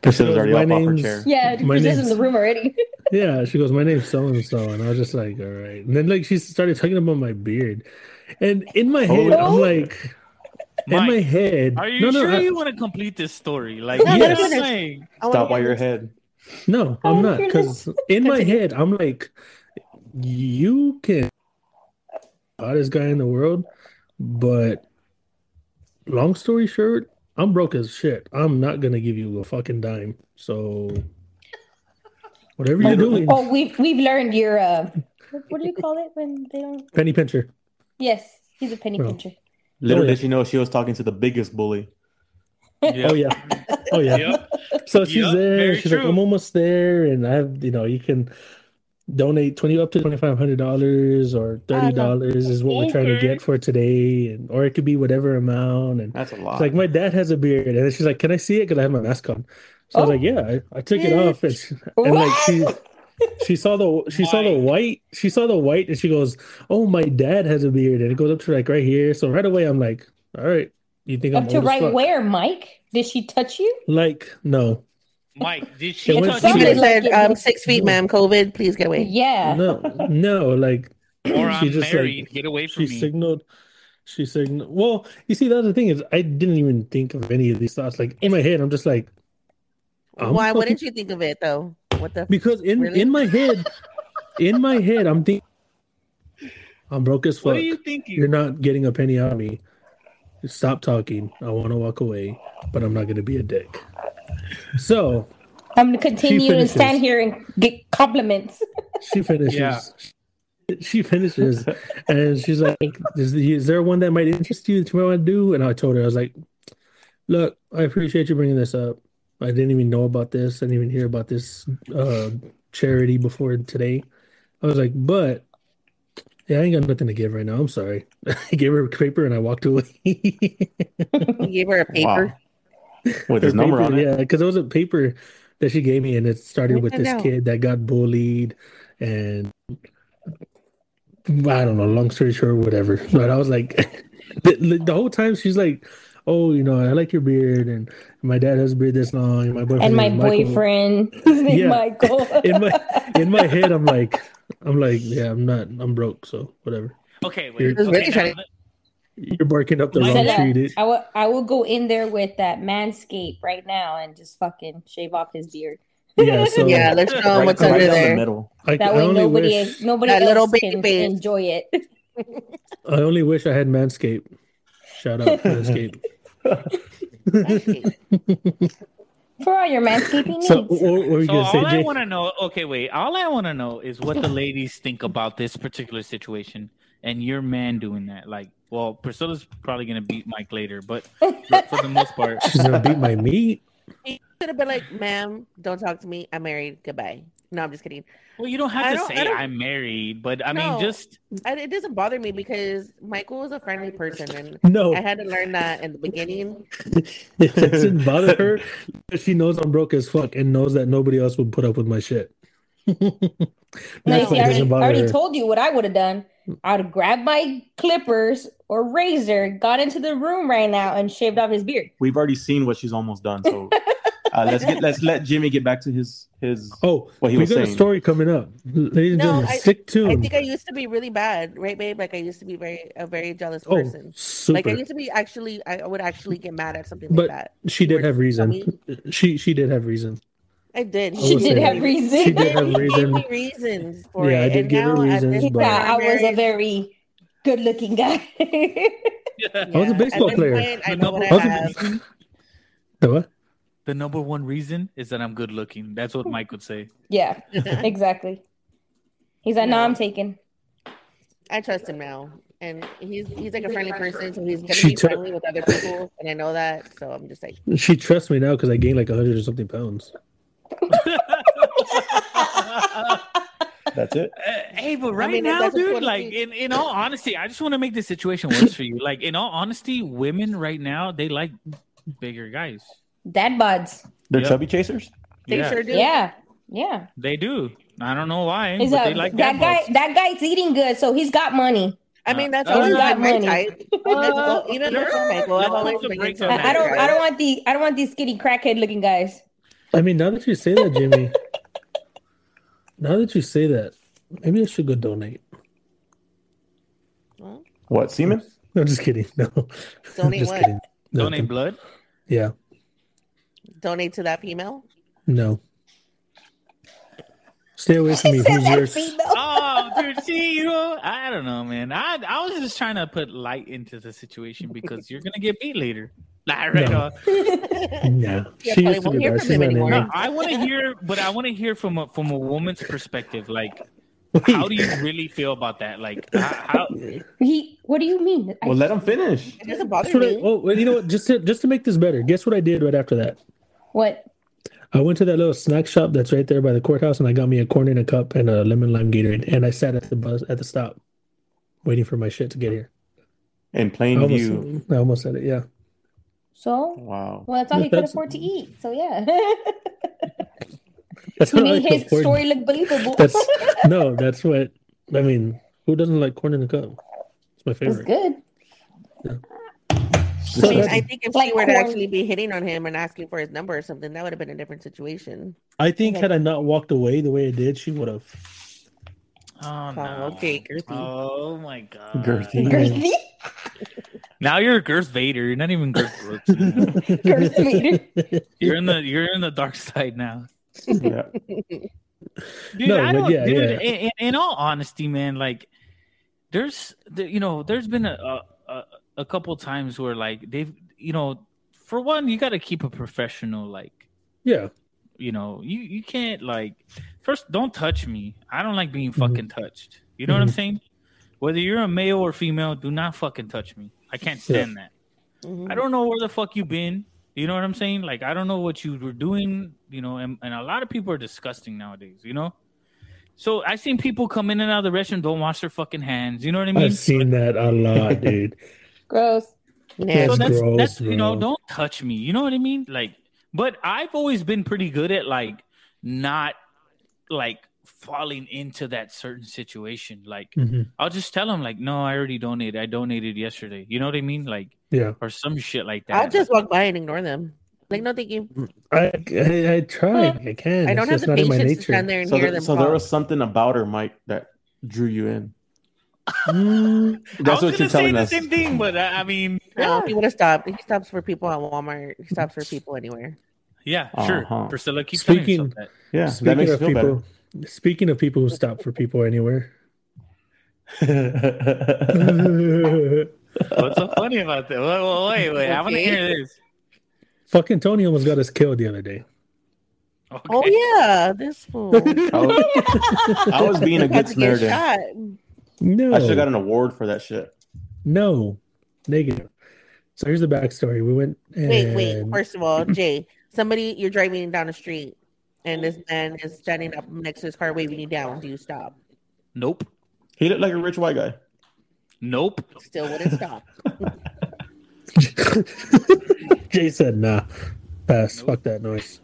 Speaker 2: Priscilla's
Speaker 4: goes,
Speaker 2: already
Speaker 4: "My
Speaker 2: up off her
Speaker 4: name's-
Speaker 2: chair.
Speaker 3: Yeah,
Speaker 4: My
Speaker 3: Chris is in
Speaker 4: name's-
Speaker 3: the room already.
Speaker 4: Yeah, she goes, my name's so and so. And I was just like, all right. And then, like, she started talking about my beard. And in my head, I'm
Speaker 3: Oh.
Speaker 4: like, in my
Speaker 5: Mike,
Speaker 4: head,
Speaker 5: are you
Speaker 4: no, uh, no,
Speaker 5: sure
Speaker 4: I-
Speaker 5: you want to complete this story? Like,
Speaker 6: No,
Speaker 4: let
Speaker 5: yes.
Speaker 4: him
Speaker 5: I'm
Speaker 6: finish.
Speaker 5: saying,
Speaker 6: I wanna
Speaker 2: Stop while
Speaker 6: hear
Speaker 2: you're
Speaker 6: this.
Speaker 2: ahead.
Speaker 4: No, I'm
Speaker 3: Oh,
Speaker 4: not.
Speaker 3: goodness.
Speaker 4: Because in my
Speaker 6: Continue.
Speaker 4: head, I'm like, you can hottest guy in the world, but long story short, I'm broke as shit. I'm not gonna give you a fucking dime. So whatever you're doing,
Speaker 3: oh, we've we've learned your uh, what- what do you call it when they don't?
Speaker 4: penny pincher.
Speaker 3: Yes, he's a penny
Speaker 4: Well.
Speaker 3: pincher.
Speaker 2: Little
Speaker 4: Oh, yeah.
Speaker 2: did she know she was talking to the biggest bully.
Speaker 4: Oh yeah. Oh yeah.
Speaker 5: Yep.
Speaker 4: So she's
Speaker 5: Yup,
Speaker 4: there.
Speaker 5: very
Speaker 4: She's like,
Speaker 5: true.
Speaker 4: I'm almost there, and I have, you know, you can donate twenty up to twenty five hundred dollars or
Speaker 3: Uh-huh.
Speaker 4: thirty dollars is what we're trying to
Speaker 5: Okay.
Speaker 4: get for today, and or it could be whatever amount. And
Speaker 2: That's a lot.
Speaker 4: she's like, my dad has a beard, and then she's like, can I see it? Because I had my mask on. So I was
Speaker 3: Oh.
Speaker 4: like, yeah, I, I took it off, and, she, and like she. She saw the she saw the white she saw the white and she goes, "Oh, my dad has a beard," and it goes up to like right here. So right away, I'm like, "All right, you think I'm
Speaker 3: Up to
Speaker 4: old as
Speaker 3: right
Speaker 4: fuck?"
Speaker 3: where, Mike? Did she touch you?
Speaker 4: Like, no,
Speaker 5: Mike, did she
Speaker 4: It went
Speaker 5: touch
Speaker 4: from-
Speaker 6: Somebody
Speaker 5: you?
Speaker 6: said, um, six feet, ma'am. COVID, please get away.
Speaker 3: Yeah.
Speaker 4: No, no, like
Speaker 5: Or
Speaker 4: she
Speaker 5: I'm
Speaker 4: just like
Speaker 5: married. Get away from
Speaker 4: she
Speaker 5: me.
Speaker 4: signaled she signaled well, you see the other thing is I didn't even think of any of these thoughts. Like in my head, I'm just like
Speaker 2: Um.
Speaker 4: I'm
Speaker 6: Why
Speaker 4: fucking-
Speaker 6: wouldn't you think of it though? What the?
Speaker 4: because in
Speaker 6: Really?
Speaker 4: in my head in my head I'm thinking I'm broke as
Speaker 5: What
Speaker 4: fuck.
Speaker 5: are you thinking?
Speaker 4: You're not getting a penny out of me. Stop talking. I want to walk away, but I'm not going to be a dick. So
Speaker 3: I'm gonna continue and
Speaker 4: finishes.
Speaker 3: stand here and get compliments.
Speaker 4: she finishes.
Speaker 5: Yeah.
Speaker 4: She finishes, and she's like, is, "Is there one that might interest you that you might want to do?" And I told her, I was like, "Look, I appreciate you bringing this up. I didn't even know about this. I didn't even hear about this uh, charity before today." I was like, "But yeah, I ain't got nothing to give right now. I'm sorry." I gave her a paper and I walked away.
Speaker 6: You gave her a paper.
Speaker 2: With his
Speaker 4: Her
Speaker 2: number
Speaker 4: paper,
Speaker 2: on it.
Speaker 4: Yeah, because it was a paper that she gave me, and it started
Speaker 6: Where'd
Speaker 4: with
Speaker 6: that
Speaker 4: this
Speaker 6: go?
Speaker 4: kid that got bullied, and I don't know. Long story short, whatever. But I was like, the, the whole time she's like, "Oh, you know, I like your beard, and my dad has a beard this long, and my boyfriend,
Speaker 3: And my
Speaker 4: named Michael."
Speaker 3: boyfriend, his name
Speaker 4: Yeah.
Speaker 3: Michael.
Speaker 4: In my in my head, I'm like, I'm like, yeah, I'm not, I'm broke, so whatever.
Speaker 5: Okay,
Speaker 4: You're-
Speaker 5: wait. Okay,
Speaker 6: Really
Speaker 5: now-
Speaker 4: You're barking up the
Speaker 5: My
Speaker 4: wrong
Speaker 3: Said,
Speaker 4: tree, dude.
Speaker 3: uh, I will. I will go in there with that manscape right now and just fucking shave off his beard.
Speaker 4: Yeah, so
Speaker 6: Yeah, let's show him
Speaker 2: right
Speaker 6: Oh, what's
Speaker 2: right
Speaker 6: under
Speaker 2: down the
Speaker 6: there.
Speaker 2: middle.
Speaker 4: I,
Speaker 3: That
Speaker 4: I
Speaker 3: way,
Speaker 4: only
Speaker 3: nobody,
Speaker 4: wish
Speaker 3: nobody
Speaker 6: That
Speaker 3: else
Speaker 6: little
Speaker 3: can
Speaker 6: baby.
Speaker 3: enjoy it.
Speaker 4: I only wish I had Manscaped. Shout out Manscaped.
Speaker 3: For all your manscaping
Speaker 4: So,
Speaker 3: needs.
Speaker 4: what, what were you
Speaker 5: So
Speaker 4: gonna
Speaker 5: all
Speaker 4: say,
Speaker 5: I
Speaker 4: Jay?
Speaker 5: want to know, okay, wait. All I want to know is what the ladies think about this particular situation and your man doing that. Like, well, Priscilla's probably gonna beat Mike later, but for the most part,
Speaker 4: She's gonna beat my meat.
Speaker 6: He should have been like, ma'am, don't talk to me. I'm married. Goodbye. No, I'm just kidding.
Speaker 5: well, you don't have
Speaker 6: I
Speaker 5: to
Speaker 6: don't- I
Speaker 5: say
Speaker 6: don't-
Speaker 5: I'm married, but I mean,
Speaker 6: No.
Speaker 5: just
Speaker 6: I, it doesn't bother me because Michael is a friendly person, and
Speaker 4: No,
Speaker 6: I had to learn that in the beginning.
Speaker 4: it doesn't bother her. But she knows I'm broke as fuck and knows that nobody else would put up with my shit.
Speaker 3: No,
Speaker 4: That's
Speaker 3: see, I
Speaker 4: why it
Speaker 3: already,
Speaker 4: doesn't
Speaker 3: I
Speaker 4: bother
Speaker 3: already
Speaker 4: her.
Speaker 3: told you what I would have done. I would have grabbed my clippers or razor, got into the room right now, and shaved off his beard.
Speaker 2: We've already seen what she's almost done. So uh, let's get let's let Jimmy get back to his his
Speaker 4: Oh,
Speaker 2: what he
Speaker 4: we
Speaker 2: was
Speaker 4: got a
Speaker 2: saying.
Speaker 4: story coming up, ladies and
Speaker 6: No,
Speaker 4: gentlemen.
Speaker 6: I-
Speaker 4: stick
Speaker 6: I
Speaker 4: tuned.
Speaker 6: think I used to be really bad, right, babe? Like I used to be very a very jealous
Speaker 4: oh,
Speaker 6: person. Like
Speaker 4: super.
Speaker 6: I used to be actually, I would actually get mad at something
Speaker 4: But
Speaker 6: like that.
Speaker 4: she
Speaker 6: you
Speaker 4: did
Speaker 6: were
Speaker 4: have reason.
Speaker 6: dummy.
Speaker 4: She she did have reason.
Speaker 6: I did.
Speaker 4: I
Speaker 3: She
Speaker 4: will say
Speaker 3: did
Speaker 4: that.
Speaker 3: have reason.
Speaker 4: She did have
Speaker 6: He gave
Speaker 4: reason.
Speaker 6: me reasons for it.
Speaker 4: Yeah, I did
Speaker 6: and
Speaker 4: give her
Speaker 6: now at
Speaker 4: reasons,
Speaker 6: this
Speaker 4: but-
Speaker 6: point
Speaker 3: yeah, I
Speaker 6: I'm
Speaker 3: was a
Speaker 6: married.
Speaker 3: very good-looking guy.
Speaker 6: Yeah,
Speaker 4: was a
Speaker 6: at
Speaker 4: baseball
Speaker 6: this
Speaker 4: player.
Speaker 6: point, I
Speaker 5: The
Speaker 6: know what
Speaker 5: number
Speaker 6: I
Speaker 4: one
Speaker 6: have.
Speaker 5: reason-
Speaker 4: The what?
Speaker 5: the number one reason is that I'm good looking. That's what Mike would say.
Speaker 3: yeah, exactly. He's like, no,
Speaker 6: No.
Speaker 3: I'm taken.
Speaker 6: I trust him now, and he's he's like a friendly person, so he's gonna
Speaker 4: She
Speaker 6: be
Speaker 4: took-
Speaker 6: friendly with other people, and I know that. So I'm just like,
Speaker 4: She trusts me now because I gained like hundred or something pounds.
Speaker 2: That's it.
Speaker 5: Uh, hey, but right
Speaker 6: mean,
Speaker 5: now,
Speaker 6: that's just
Speaker 5: dude,
Speaker 6: what it
Speaker 5: like
Speaker 6: is.
Speaker 5: in, in all honesty, I just want to make this situation worse for you. Like in all honesty, women right now they like bigger guys.
Speaker 3: Dad bods.
Speaker 2: They're
Speaker 5: Yep.
Speaker 2: chubby chasers.
Speaker 6: They
Speaker 5: yeah,
Speaker 6: sure do.
Speaker 3: Yeah, yeah.
Speaker 5: they do. I don't know why,
Speaker 3: He's
Speaker 5: but
Speaker 3: a-
Speaker 5: they like
Speaker 3: that guy. That guy's eating good, so he's got money.
Speaker 6: I mean, that's
Speaker 5: Uh,
Speaker 6: always
Speaker 5: Those
Speaker 3: got
Speaker 6: been my
Speaker 3: money.
Speaker 6: type. That's all- Even
Speaker 5: Let's-
Speaker 6: before Michael,
Speaker 5: let's
Speaker 6: I've
Speaker 5: put
Speaker 6: always
Speaker 5: the
Speaker 6: been
Speaker 5: brakes
Speaker 6: into
Speaker 5: on
Speaker 6: that
Speaker 3: Uh, I, I don't.
Speaker 6: guy.
Speaker 3: I don't want the. I don't want these skinny crackhead looking guys.
Speaker 4: I mean, now that you say that, Jimmy, now that you say that, maybe I should go donate.
Speaker 2: What semen?
Speaker 4: No, I'm just kidding. No, I'm
Speaker 6: Donate
Speaker 4: just
Speaker 6: what?
Speaker 4: kidding. No,
Speaker 5: donate blood.
Speaker 4: Yeah,
Speaker 6: Donate to that female.
Speaker 4: no. Stay away from
Speaker 3: He
Speaker 4: me.
Speaker 3: said
Speaker 4: Who's
Speaker 3: that
Speaker 4: yours?
Speaker 3: female.
Speaker 5: oh, dude, see, you know, I don't know, man. I I was just trying to put light into the situation because you're gonna get beat later. Nah, right
Speaker 4: No.
Speaker 5: off.
Speaker 4: Yeah,
Speaker 6: Yeah,
Speaker 4: she
Speaker 6: probably
Speaker 4: used to
Speaker 6: won't
Speaker 4: be
Speaker 6: hear from
Speaker 4: bad. She's
Speaker 6: him
Speaker 4: not
Speaker 6: anymore.
Speaker 5: No,
Speaker 4: anymore.
Speaker 5: I want to hear, but I want to hear from a from a woman's perspective. Like, how do you really feel about that? Like, how, how
Speaker 3: He. What do you mean? I-
Speaker 2: Well, let them finish.
Speaker 6: It doesn't
Speaker 4: That's
Speaker 6: bother
Speaker 4: what I,
Speaker 6: me.
Speaker 4: oh, well, you know what? Just to, just to make this better, guess what I did right after that?
Speaker 3: what?
Speaker 4: I went to that little snack shop that's right there by the courthouse, and I got me a corn in a cup and a lemon lime Gatorade, and I sat at the bus at the stop, waiting for my shit to get here.
Speaker 2: In
Speaker 4: I
Speaker 2: plain
Speaker 4: almost,
Speaker 2: view.
Speaker 4: I almost said it. Yeah,
Speaker 3: So.
Speaker 2: Wow.
Speaker 3: Well, that's all he could
Speaker 4: That's-
Speaker 3: afford to eat. So yeah,
Speaker 4: that's
Speaker 3: he
Speaker 4: what I
Speaker 3: made
Speaker 4: like
Speaker 3: his
Speaker 4: the corn.
Speaker 3: story look believable.
Speaker 4: That's no, that's what I mean. Who doesn't like corn in a cup? It's my
Speaker 3: It's
Speaker 4: favorite.
Speaker 3: good.
Speaker 6: I mean,
Speaker 4: So
Speaker 6: I
Speaker 4: that-
Speaker 6: think if
Speaker 3: Like
Speaker 6: she were to
Speaker 3: corn.
Speaker 6: actually be hitting on him and asking for his number or something, that would have been a different situation.
Speaker 4: I think had I not walked away the way I did, she would have.
Speaker 5: Oh,
Speaker 6: Oh,
Speaker 5: no.
Speaker 6: okay, girthy.
Speaker 5: Oh my god.
Speaker 2: Girthy.
Speaker 3: Girthy.
Speaker 5: Now you're Girth Vader. You're not even Girth Brooks. anymore.
Speaker 3: Girth Vader.
Speaker 5: you're in the you're in the dark side now.
Speaker 2: Yeah.
Speaker 5: Dude,
Speaker 4: No,
Speaker 5: I
Speaker 4: but
Speaker 5: don't
Speaker 4: yeah,
Speaker 5: dude,
Speaker 4: yeah.
Speaker 5: In, in- in all honesty, man, like there's the- you know, there's been a, a- a a couple times where like they've you know, for one, you gotta keep a professional like
Speaker 4: Yeah,
Speaker 5: you know, you you can't like first don't touch me. I don't like being
Speaker 4: Mhm.
Speaker 5: fucking touched. You know what I'm
Speaker 4: Mhm.
Speaker 5: saying? Whether you're a male or female, do not fucking touch me. I can't stand that.
Speaker 6: Mhm.
Speaker 5: I don't know where the fuck you been. You know what I'm saying? Like I don't know what you were doing. You know, and, and a lot of people are disgusting nowadays. You know, so I've seen people come in and out of the restroom, don't wash their fucking hands. You know what I mean?
Speaker 4: I've seen that a lot, dude.
Speaker 3: Gross.
Speaker 6: Yeah.
Speaker 5: so
Speaker 4: That's
Speaker 5: that's
Speaker 4: gross,
Speaker 5: that's you know,
Speaker 4: bro.
Speaker 5: don't touch me. You know what I mean? Like, but I've always been pretty good at like not like falling into that certain situation. Like
Speaker 4: Mhm.
Speaker 5: I'll just tell them like, no, I already donated. I donated yesterday. You know what I mean? Like
Speaker 4: Yeah,
Speaker 5: or some shit like that.
Speaker 6: I'll just walk by and ignore them. Like, no, thank you.
Speaker 4: I I, I tried. I can.
Speaker 6: I don't have the
Speaker 4: it's just not in
Speaker 6: patience
Speaker 4: my
Speaker 6: to
Speaker 4: nature.
Speaker 6: stand there and
Speaker 2: So,
Speaker 6: hear
Speaker 2: there,
Speaker 6: them.
Speaker 2: so there
Speaker 6: talk.
Speaker 2: was something about her, Mike, that drew you in.
Speaker 4: Mm,
Speaker 2: That's
Speaker 5: I was
Speaker 2: what
Speaker 5: gonna
Speaker 2: you're telling
Speaker 5: say
Speaker 2: us.
Speaker 5: The same thing, but I, I mean,
Speaker 6: No, he would have stopped. He stops for people at Walmart. He stops for people anywhere.
Speaker 5: yeah, sure.
Speaker 2: Uh-huh.
Speaker 5: Priscilla keeps
Speaker 4: Speaking-
Speaker 5: telling yourself
Speaker 2: Yeah, that
Speaker 4: speaking
Speaker 2: makes you
Speaker 4: of
Speaker 2: feel
Speaker 4: people, speaking of people who stop for people anywhere.
Speaker 2: better.
Speaker 4: Fucking
Speaker 5: that. What's so funny about that? Wait, wait, wait. wait. I want to
Speaker 6: Okay.
Speaker 5: hear this.
Speaker 4: Tony almost got us killed the other day.
Speaker 5: Okay.
Speaker 6: Oh yeah, this fool.
Speaker 2: I was, I was being a
Speaker 6: Had
Speaker 2: good
Speaker 6: to get
Speaker 2: Samaritan.
Speaker 6: shot.
Speaker 4: No,
Speaker 2: I should have got an award for that shit.
Speaker 4: no, negative. So here's the backstory. We went. And
Speaker 6: Wait, wait. First of all, Jay, somebody you're driving down the street, and this man is standing up next to his car waving you down. Do you stop?
Speaker 5: Nope.
Speaker 2: He looked like a rich white guy.
Speaker 5: Nope.
Speaker 6: Still wouldn't stop.
Speaker 4: Jay said, "Nah, pass. Fuck that noise."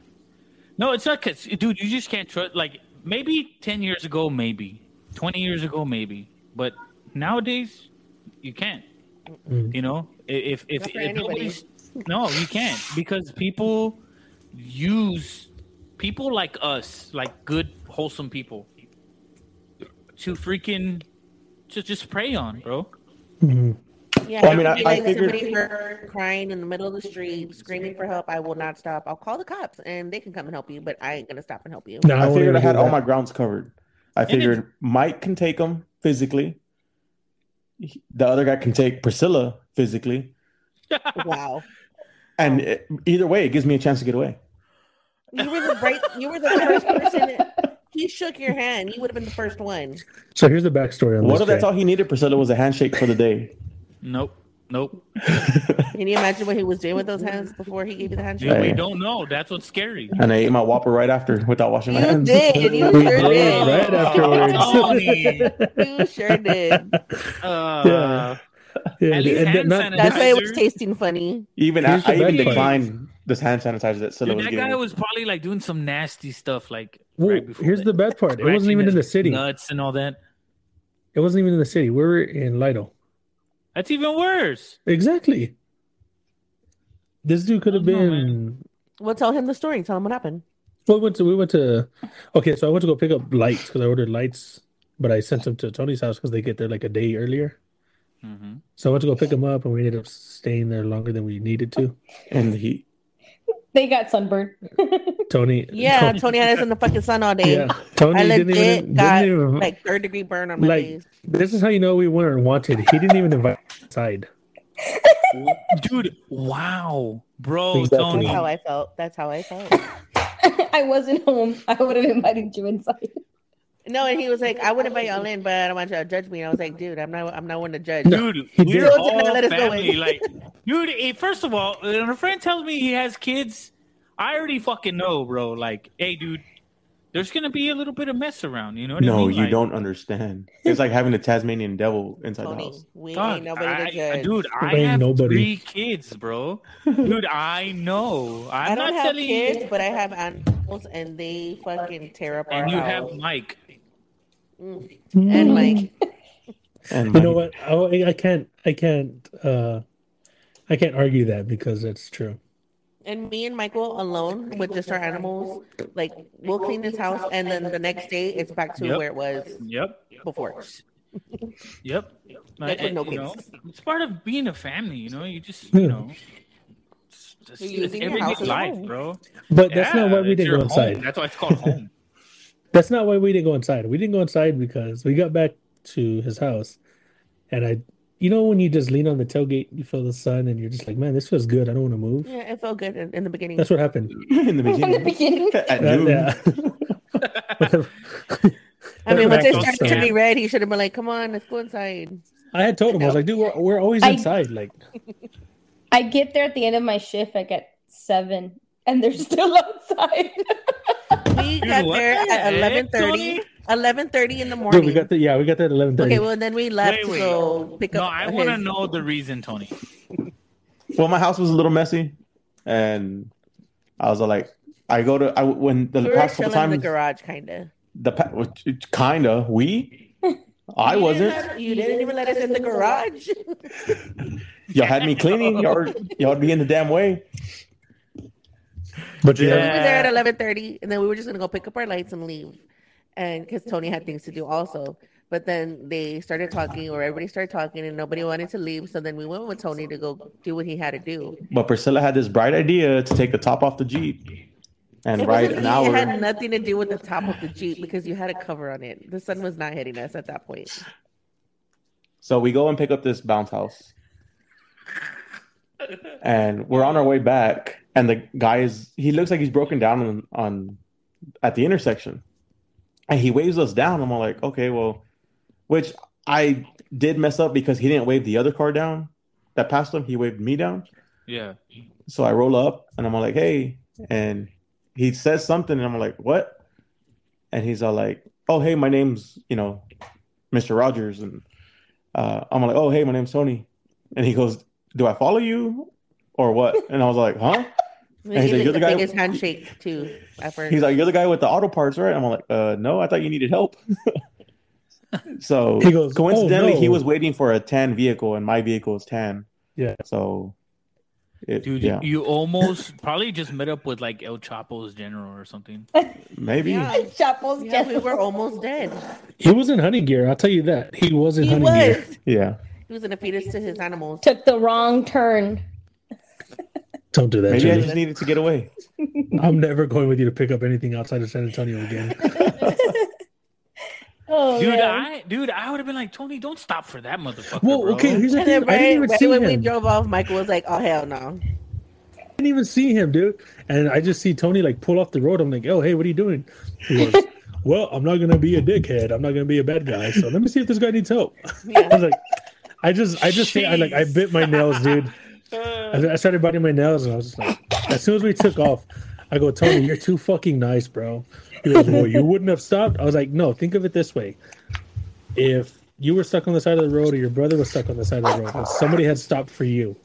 Speaker 5: No, it's not because, dude, you just can't trust. Like, maybe 10 years ago, maybe 20 years ago, maybe. But nowadays, you can't.
Speaker 4: Mm.
Speaker 5: You know, I- if, if,
Speaker 6: Not for
Speaker 5: if
Speaker 6: anybody.
Speaker 5: nobody's. No, you can't because people use people like us, like good, wholesome people, to freaking to just prey on, bro.
Speaker 4: Mhm.
Speaker 6: Yeah,
Speaker 2: Well, I mean, I-
Speaker 6: if
Speaker 2: I
Speaker 6: like
Speaker 2: figured-
Speaker 6: somebody heard crying in the middle of the street, screaming for help. I will not stop. I'll call the cops, and they can come and help you. But I ain't gonna stop and help you.
Speaker 4: No,
Speaker 2: I,
Speaker 4: won't
Speaker 2: figured
Speaker 4: even
Speaker 2: I had
Speaker 4: do
Speaker 2: all
Speaker 4: that.
Speaker 2: my grounds covered. I
Speaker 5: then-
Speaker 2: figured Mike can take him physically. He- The other guy can take Priscilla physically,
Speaker 6: Wow,
Speaker 2: and it- either way, it gives me a chance to get away.
Speaker 6: you were the bright. You were the first person. He shook your hand. You would have been the first one.
Speaker 4: So here's the backstory on
Speaker 2: What
Speaker 4: this.
Speaker 2: if that's
Speaker 4: Jay.
Speaker 2: all he needed? Priscilla was a handshake for the day.
Speaker 5: Nope. Nope.
Speaker 6: Can you imagine what he was doing with those hands before he gave you the handshake?
Speaker 5: Yeah, we
Speaker 2: Hey.
Speaker 5: don't know. That's what's scary.
Speaker 2: And I ate my Whopper right after without washing my
Speaker 6: You
Speaker 2: hands.
Speaker 6: did. You
Speaker 4: We
Speaker 6: sure
Speaker 4: did,
Speaker 6: did.
Speaker 4: right afterwards.
Speaker 5: Tony.
Speaker 6: You sure did.
Speaker 5: Uh,
Speaker 4: Yeah. Yeah,
Speaker 5: least
Speaker 4: and
Speaker 5: hand
Speaker 4: not-
Speaker 5: sanitizer.
Speaker 6: That's why it was tasting funny.
Speaker 2: Even
Speaker 4: Here's
Speaker 2: I, I
Speaker 4: the
Speaker 2: even
Speaker 4: bad part.
Speaker 2: declined
Speaker 5: Dude,
Speaker 2: was
Speaker 5: that
Speaker 2: giving.
Speaker 5: guy was probably like doing some nasty stuff, like
Speaker 4: Well,
Speaker 5: right before
Speaker 4: here's
Speaker 5: that.
Speaker 4: the bad part. It wasn't even in the city.
Speaker 5: nuts and all that.
Speaker 4: It wasn't even in the city. We were in Lido.
Speaker 5: That's even worse.
Speaker 4: Exactly. This dude could have
Speaker 5: I don't know,
Speaker 4: been.
Speaker 6: Well, tell him the story. Tell him what happened.
Speaker 4: Well, we went to we went to. Okay, so I went to go pick up lights because I ordered lights, but I sent them to Tony's house because they get there like a day earlier.
Speaker 5: Mm-hmm.
Speaker 4: So I went to go pick them up, and we ended up staying there longer than we needed to.
Speaker 2: and he
Speaker 3: They got sunburned.
Speaker 4: Tony,
Speaker 6: Yeah, Tony had us in the fucking sun all day.
Speaker 4: yeah, Tony
Speaker 6: I
Speaker 4: didn't
Speaker 6: legit
Speaker 4: even,
Speaker 6: got,
Speaker 4: didn't even
Speaker 6: Like third degree burn on my
Speaker 4: Like-
Speaker 6: face.
Speaker 4: This is how you know we weren't wanted. He didn't even invite us inside.
Speaker 5: Dude, wow, bro,
Speaker 4: Exactly.
Speaker 5: Tony.
Speaker 6: That's how I felt. That's how I felt.
Speaker 3: I wasn't home. I would have invited you inside.
Speaker 6: No, and he was like, I would invite y'all in, but I don't want y'all to judge me. And I was like, dude, I'm not I'm not one to judge.
Speaker 5: Dude,
Speaker 4: he
Speaker 5: we're
Speaker 4: did.
Speaker 5: all
Speaker 6: Let us go
Speaker 5: family.
Speaker 6: in.
Speaker 5: Like, dude, eh, first of all, when a friend tells me he has kids, I already fucking know, bro. Like, hey, dude, there's gonna be a little bit of mess around. You know what I
Speaker 2: no,
Speaker 5: mean?
Speaker 2: you
Speaker 5: Like,
Speaker 2: don't understand. It's like having a Tasmanian devil inside the
Speaker 6: Tony,
Speaker 2: house.
Speaker 6: we
Speaker 5: Dog,
Speaker 6: ain't nobody to
Speaker 5: I-
Speaker 6: judge.
Speaker 5: dude, I
Speaker 4: Ain't
Speaker 5: have
Speaker 4: nobody.
Speaker 5: three kids, bro. Dude, I know. I'm
Speaker 6: I don't
Speaker 5: not
Speaker 6: have
Speaker 5: telling
Speaker 6: kids,
Speaker 5: you.
Speaker 6: but I have animals, and they fucking tear up our
Speaker 5: And you have
Speaker 6: house.
Speaker 5: Mike.
Speaker 6: Mm. And Mike,
Speaker 2: And
Speaker 4: You know what? I, I can't. I can't. uh I can't argue that because that's true.
Speaker 6: and me and Michael alone with just our animals, like we'll clean this house, and then the next day it's back to
Speaker 5: Yep.
Speaker 6: where it was
Speaker 5: Yep.
Speaker 6: before.
Speaker 5: Yep.
Speaker 6: Like with no
Speaker 5: you know,
Speaker 6: kids.
Speaker 5: it's part of being a family, you know. You just,
Speaker 4: Yeah.
Speaker 5: you know, it's just
Speaker 6: You're using your
Speaker 5: everyday
Speaker 6: house as a
Speaker 5: life,
Speaker 6: home.
Speaker 5: bro.
Speaker 4: But that's not
Speaker 5: Yeah,
Speaker 4: why we
Speaker 5: it's
Speaker 4: didn't
Speaker 5: your
Speaker 4: go
Speaker 5: home.
Speaker 4: inside.
Speaker 5: That's why it's called home.
Speaker 4: That's not why we didn't go inside. We didn't go inside because we got back to his house, and I, you know, when you just lean on the tailgate, you feel the sun, and you're just like, man, this feels good. I don't want to move.
Speaker 6: Yeah, it felt good in, in the beginning.
Speaker 4: That's what happened.
Speaker 2: in the
Speaker 3: In the
Speaker 2: beginning,
Speaker 3: beginning,
Speaker 2: at
Speaker 4: That-
Speaker 2: noon,
Speaker 4: that-
Speaker 6: I mean,
Speaker 4: That's
Speaker 6: once it
Speaker 4: what
Speaker 6: started
Speaker 4: I'm
Speaker 6: to
Speaker 5: saying.
Speaker 6: be red, he should have been like, "Come on, let's go inside."
Speaker 4: I had told him I was like, dude, we're, we're always
Speaker 3: I-
Speaker 4: inside. Like,
Speaker 3: I get there at the end of my shift. I get seven, and they're still outside.
Speaker 6: We
Speaker 5: Dude,
Speaker 6: got
Speaker 5: what
Speaker 6: there
Speaker 5: the
Speaker 6: at
Speaker 5: heck,
Speaker 6: 11:30.
Speaker 5: Tony?
Speaker 6: 11:30 in the
Speaker 4: dude,
Speaker 6: morning.
Speaker 4: we got the yeah, we got that at eleven thirty.
Speaker 6: okay, well then we left
Speaker 5: Wait,
Speaker 6: to
Speaker 5: wait.
Speaker 6: go pick
Speaker 5: No,
Speaker 6: up.
Speaker 5: I want to
Speaker 6: his-
Speaker 5: know the reason, Tony.
Speaker 2: well, my house was a little messy, and I was like, I go to I when the
Speaker 6: We were
Speaker 2: past couple
Speaker 6: chilling in
Speaker 2: times
Speaker 6: the garage, kind of.
Speaker 2: the pa- which- it- kinda we. I wasn't.
Speaker 6: You didn't even let us in the garage.
Speaker 2: Y'all had me cleaning. Y'all, were- y'all would be in the damn way.
Speaker 4: But you
Speaker 6: So we
Speaker 4: know,
Speaker 6: were there at eleven thirty, and then we were just gonna go pick up our lights and leave, and because Tony had things to do also. But then they started talking, or everybody started talking, and nobody wanted to leave. So then we went with Tony to go do what he had to do.
Speaker 2: But Priscilla had this bright idea to take the top off the Jeep and
Speaker 6: It
Speaker 2: ride an
Speaker 6: wasn't- It
Speaker 2: hour.
Speaker 6: had nothing to do with the top of the jeep because you had a cover on it. The sun was not hitting us at that point.
Speaker 2: So we go and pick up this bounce house. And we're on our way back, and the guy is he looks like he's broken down on, on at the intersection. And he waves us down. I'm all like, okay, well, which I did mess up because he didn't wave the other car down that passed him. He waved me down.
Speaker 5: Yeah.
Speaker 2: So I roll up and I'm all like, hey. And he says something and I'm like, what? And he's all like, oh, hey, my name's, you know, Mr. Rogers. And uh, I'm like, oh, hey, my name's Tony. And he goes, do I follow you or what? And I was like, huh?
Speaker 6: He
Speaker 2: he's like, "You're
Speaker 6: did
Speaker 2: the
Speaker 6: the
Speaker 2: guy-
Speaker 6: biggest handshake too. At first.
Speaker 2: He's like, you're the guy with the auto parts, right? I'm like, uh, no, I thought you needed help. so
Speaker 4: He goes, "Oh,
Speaker 2: coincidentally, he
Speaker 4: no."
Speaker 2: was waiting for a tan vehicle and my vehicle is tan.
Speaker 4: Yeah.
Speaker 2: So, it,
Speaker 5: Dude,
Speaker 2: yeah,
Speaker 5: you almost probably just met up with like El Chapo's general or something.
Speaker 2: maybe.
Speaker 6: Yeah.
Speaker 3: Chapel's
Speaker 6: yeah, we were almost dead.
Speaker 4: he was in honey gear. I'll tell you that he was in
Speaker 6: He
Speaker 4: honey
Speaker 6: was.
Speaker 4: gear.
Speaker 2: yeah.
Speaker 6: He was in a fetus to his animals.
Speaker 3: took the wrong turn.
Speaker 4: Don't do that.
Speaker 2: Maybe I
Speaker 4: Julie.
Speaker 2: just needed to get away.
Speaker 4: I'm never going with you to pick up anything outside of San Antonio again.
Speaker 3: Oh,
Speaker 5: Dude,
Speaker 3: man.
Speaker 5: I dude, I would have been like, Tony, don't stop for that motherfucker.
Speaker 4: Well,
Speaker 5: bro.
Speaker 4: okay, here's the
Speaker 6: And then
Speaker 4: thing. I
Speaker 6: right,
Speaker 4: didn't even
Speaker 6: right
Speaker 4: see
Speaker 6: when
Speaker 4: him.
Speaker 6: we drove off, Michael was like, "Oh hell no!"
Speaker 4: I didn't even see him, dude. And I just see Tony like pull off the road. I'm like, oh, hey, what are you doing? He goes, well, I'm not gonna be a dickhead. I'm not gonna be a bad guy. So let me see if this guy needs help. I
Speaker 6: Yeah.
Speaker 4: was like, I just, I just, think I like, I bit my nails, dude. I I started biting my nails, and I was just like, as soon as we took off, I go, Tony, you're too fucking nice, bro. He goes, well, you wouldn't have stopped. I was like, no, think of it this way: if you were stuck on the side of the road, or your brother was stuck on the side of the road, and somebody had stopped for you,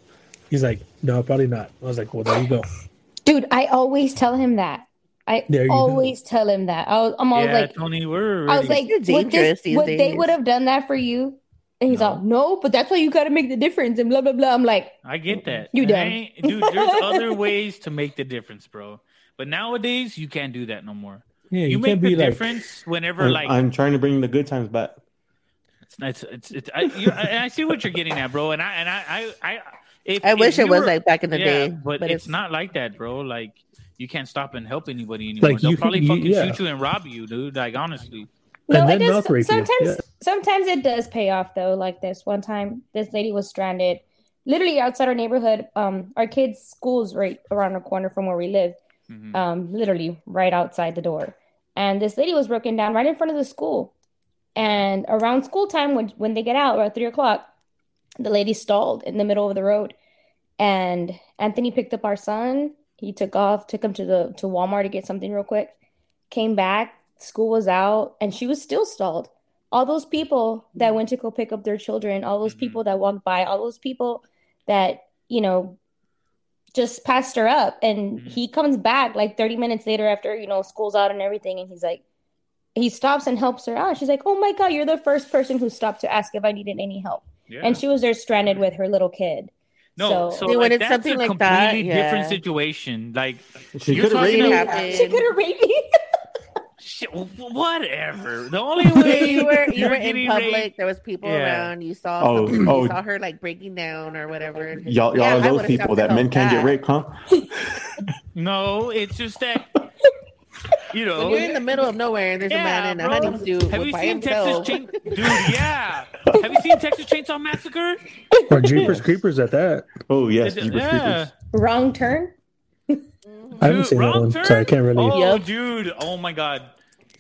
Speaker 4: he's like, no, probably not. I was like, well, there you go.
Speaker 3: Dude, I always tell him that. I
Speaker 4: There you go.
Speaker 3: always tell him that. I was, I'm always
Speaker 5: yeah,
Speaker 3: like,
Speaker 5: Tony, we're
Speaker 3: I was
Speaker 5: already-
Speaker 3: like,
Speaker 6: You're
Speaker 3: would, this,
Speaker 6: dangerous these
Speaker 3: would they
Speaker 6: days.
Speaker 3: would have done that for you? And he's
Speaker 5: No.
Speaker 3: all, no, but that's why you got to make the difference and blah blah blah. I'm like,
Speaker 5: I get that.
Speaker 3: You
Speaker 5: And I
Speaker 3: dumb.
Speaker 5: ain't- dude. There's other ways to make the difference, bro. But nowadays, you can't do that no more.
Speaker 4: Yeah,
Speaker 5: You,
Speaker 4: you,
Speaker 5: make
Speaker 4: can't be
Speaker 5: the
Speaker 4: like uh,
Speaker 5: difference whenever,
Speaker 2: I'm,
Speaker 5: like,
Speaker 2: I'm trying to bring the good times back.
Speaker 5: it's it's it's. it's I, you, I, I see what you're getting at, bro. And I and I I, I if,
Speaker 6: I
Speaker 5: if
Speaker 6: wish
Speaker 5: you
Speaker 6: it was
Speaker 5: were-
Speaker 6: like back in the
Speaker 5: yeah,
Speaker 6: day,
Speaker 5: but, it's, not like that, bro. Like, you can't stop and help anybody anymore.
Speaker 4: Like,
Speaker 5: They'll
Speaker 4: you-
Speaker 5: probably
Speaker 4: you-
Speaker 5: fucking
Speaker 4: yeah.
Speaker 5: shoot you and rob you, dude. Like, honestly,
Speaker 3: no,
Speaker 4: And
Speaker 3: it
Speaker 4: then
Speaker 3: does.
Speaker 4: mouth rape you.
Speaker 3: Sometimes,
Speaker 4: Yeah.
Speaker 3: sometimes it does pay off though. Like this one time, this lady was stranded, literally outside our neighborhood. Um, our kids' schools right around the corner from where we live.
Speaker 6: Uh,
Speaker 5: Mhm.
Speaker 3: um, literally right outside the door. And this lady was broken down right in front of the school. And around school time, when when they get out, around three o'clock, the lady stalled in the middle of the road. And Anthony picked up our son. He took off, took him to the to Walmart to get something real quick. Came back, school was out, and she was still stalled. All those people that went to go pick up their children, all those
Speaker 5: Mhm.
Speaker 3: people that walked by, all those people that, you know, just passed her up and
Speaker 5: Mhm.
Speaker 3: he comes back like 30 minutes later after you know school's out and everything and he's like he stops and helps her out she's like oh my god you're the first person who stopped to ask if i needed any help
Speaker 5: yeah.
Speaker 3: and she was there stranded with her little kid
Speaker 5: no, so,
Speaker 3: so-
Speaker 6: Dude, when
Speaker 5: like,
Speaker 6: it's
Speaker 5: that's
Speaker 6: something
Speaker 5: a
Speaker 6: like
Speaker 5: completely
Speaker 6: that, yeah.
Speaker 5: different situation. Like,
Speaker 2: She
Speaker 5: You're
Speaker 2: could have
Speaker 5: talking
Speaker 2: rated
Speaker 5: about-
Speaker 2: it.
Speaker 6: happened.
Speaker 3: she could have raped me
Speaker 5: shit, wh- whatever. The only way
Speaker 6: you were you
Speaker 5: you're
Speaker 6: were in
Speaker 5: getting
Speaker 6: public.
Speaker 5: raped-
Speaker 6: There was people
Speaker 5: Yeah.
Speaker 6: around. You saw
Speaker 2: Oh,
Speaker 6: something,
Speaker 2: oh.
Speaker 6: you saw her like breaking down or whatever. and-
Speaker 2: Y'all, y'all
Speaker 6: Yeah,
Speaker 2: are
Speaker 6: I
Speaker 2: those
Speaker 6: would've
Speaker 2: people
Speaker 6: stopped
Speaker 2: that
Speaker 6: it
Speaker 2: men
Speaker 6: all
Speaker 2: can't get
Speaker 6: back.
Speaker 2: raped, huh?
Speaker 5: No, it's just that you know.
Speaker 6: When you're in the middle of nowhere and there's
Speaker 5: Yeah,
Speaker 6: a man in a
Speaker 5: bro.
Speaker 6: honeysuit
Speaker 5: have
Speaker 6: with-
Speaker 5: you
Speaker 6: by
Speaker 5: seen
Speaker 6: himself.
Speaker 5: Texas Chain? Dude, yeah. Have you seen Texas Chainsaw Massacre?
Speaker 4: or Jeepers Creepers at that.
Speaker 2: Oh yes,
Speaker 5: Is it-
Speaker 2: Jeepers
Speaker 5: yeah.
Speaker 2: Creepers.
Speaker 3: wrong turn
Speaker 4: I haven't
Speaker 5: Dude,
Speaker 4: seen that
Speaker 5: wrong
Speaker 4: one,
Speaker 5: turn?
Speaker 4: so I can't really.
Speaker 5: Oh,
Speaker 6: Yep.
Speaker 5: dude. Oh my god.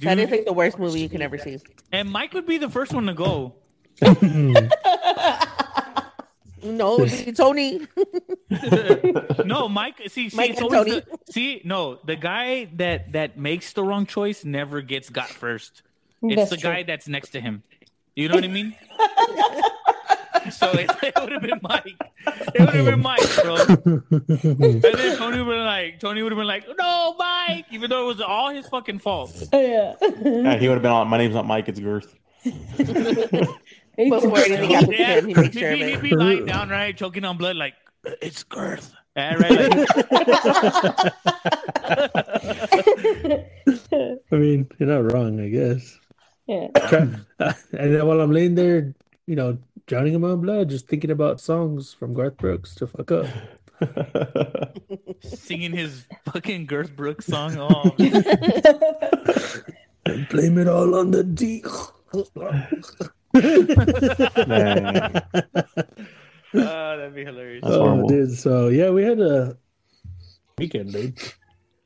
Speaker 6: That is
Speaker 5: Dude.
Speaker 6: like the worst movie you can ever see.
Speaker 5: And Mike would be the first one to go.
Speaker 6: No, Tony.
Speaker 5: No, Mike. See, see,
Speaker 6: Mike
Speaker 5: it's
Speaker 6: and
Speaker 5: always
Speaker 6: Tony.
Speaker 5: the- see, no, the guy that that makes the wrong choice never gets got first. It's
Speaker 3: That's
Speaker 5: the
Speaker 3: true.
Speaker 5: guy that's next to him. You know what I mean? so it, it would have been Mike. It would have been Mike, bro. And then Tony would have been like, Tony would have been like, no, Mike, even though it was all his fucking fault.
Speaker 3: yeah
Speaker 2: Yeah, he would have been on. My name's not Mike. It's Girth.
Speaker 6: Before anything happened to
Speaker 5: Yeah,
Speaker 6: him, he
Speaker 5: he'd
Speaker 6: makes
Speaker 5: be,
Speaker 6: sure of
Speaker 5: he'd
Speaker 6: it.
Speaker 5: be lying down, right, choking on blood, like it's girth. Yeah, right, like,
Speaker 4: I mean, you're not wrong, I guess.
Speaker 3: yeah
Speaker 4: Try- and then while I'm laying there, you know, drowning in my own blood, just thinking about songs from Garth Brooks to fuck up.
Speaker 5: singing his fucking Girth Brooks song. Oh,
Speaker 4: And blame it all on the D.
Speaker 2: Man.
Speaker 5: oh, that'd be hilarious.
Speaker 2: That's horrible.
Speaker 4: dude. So yeah, we had a weekend, dude.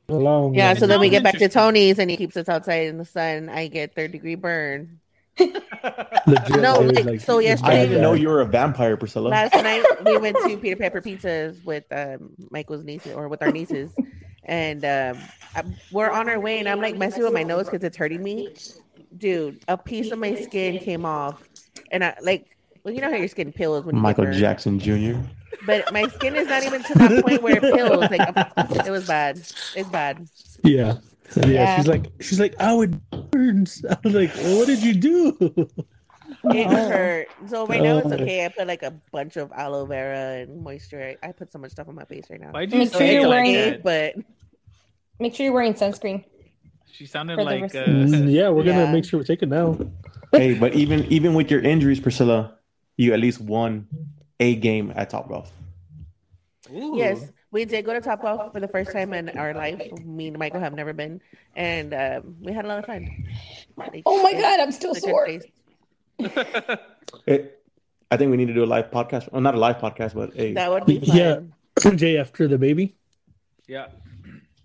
Speaker 4: A long
Speaker 6: Yeah, so
Speaker 4: one.
Speaker 6: then we
Speaker 5: sounds
Speaker 6: get back to
Speaker 5: interesting.
Speaker 6: Tony's and he keeps us outside in the sun. I get third degree burn.
Speaker 4: Legit,
Speaker 6: No,
Speaker 4: dude,
Speaker 6: like, so
Speaker 4: it's
Speaker 6: yesterday-
Speaker 2: I
Speaker 4: bad,
Speaker 2: didn't know
Speaker 4: bad.
Speaker 2: you were a vampire, Priscilla.
Speaker 6: Last night we went to Peter Pepper Pizzas with um, Michael's niece or with our nieces, and um, I, we're on our way. And I'm like messing with my nose because it's hurting me, dude. A piece of my skin came off, and I like, well, you know how your skin peels when you get
Speaker 2: Michael
Speaker 6: burned.
Speaker 2: Jackson Jr.
Speaker 6: but my skin is not even to that point where it peels. Like a- it was bad. It's bad.
Speaker 4: Yeah. yeah.
Speaker 3: Yeah.
Speaker 4: she's like, she's like, oh, it burns. I was like, well, what did you do?
Speaker 6: It hurt. So right now it's
Speaker 4: Oh.
Speaker 6: okay. I put like a bunch of aloe vera and moisture. I put so much stuff on my face right now.
Speaker 5: Why'd you
Speaker 3: Make sure
Speaker 5: say
Speaker 3: you're
Speaker 5: it like
Speaker 3: wearing-
Speaker 5: that?
Speaker 6: But
Speaker 3: make sure you're wearing sunscreen
Speaker 5: She sounded
Speaker 3: For the
Speaker 5: like.
Speaker 3: rest-
Speaker 5: Uh,
Speaker 4: Mm, yeah, we're gonna
Speaker 6: Yeah.
Speaker 4: make sure we take it now.
Speaker 2: Hey, but even even with your injuries, Priscilla, you at least won a game at Top Golf.
Speaker 5: ooh.
Speaker 6: yes, we did go to Top Off for the first time in our life. Me and Michael have never been, and um, we had a lot of fun. Like,
Speaker 3: oh my
Speaker 6: it-
Speaker 3: god i'm still
Speaker 6: it's a good
Speaker 3: sore
Speaker 6: taste.
Speaker 2: It, Eh, I think we need to do a live podcast. Well, not a live podcast, but a
Speaker 6: That would be fun.
Speaker 4: Yeah. Jay, after the baby,
Speaker 5: Yeah.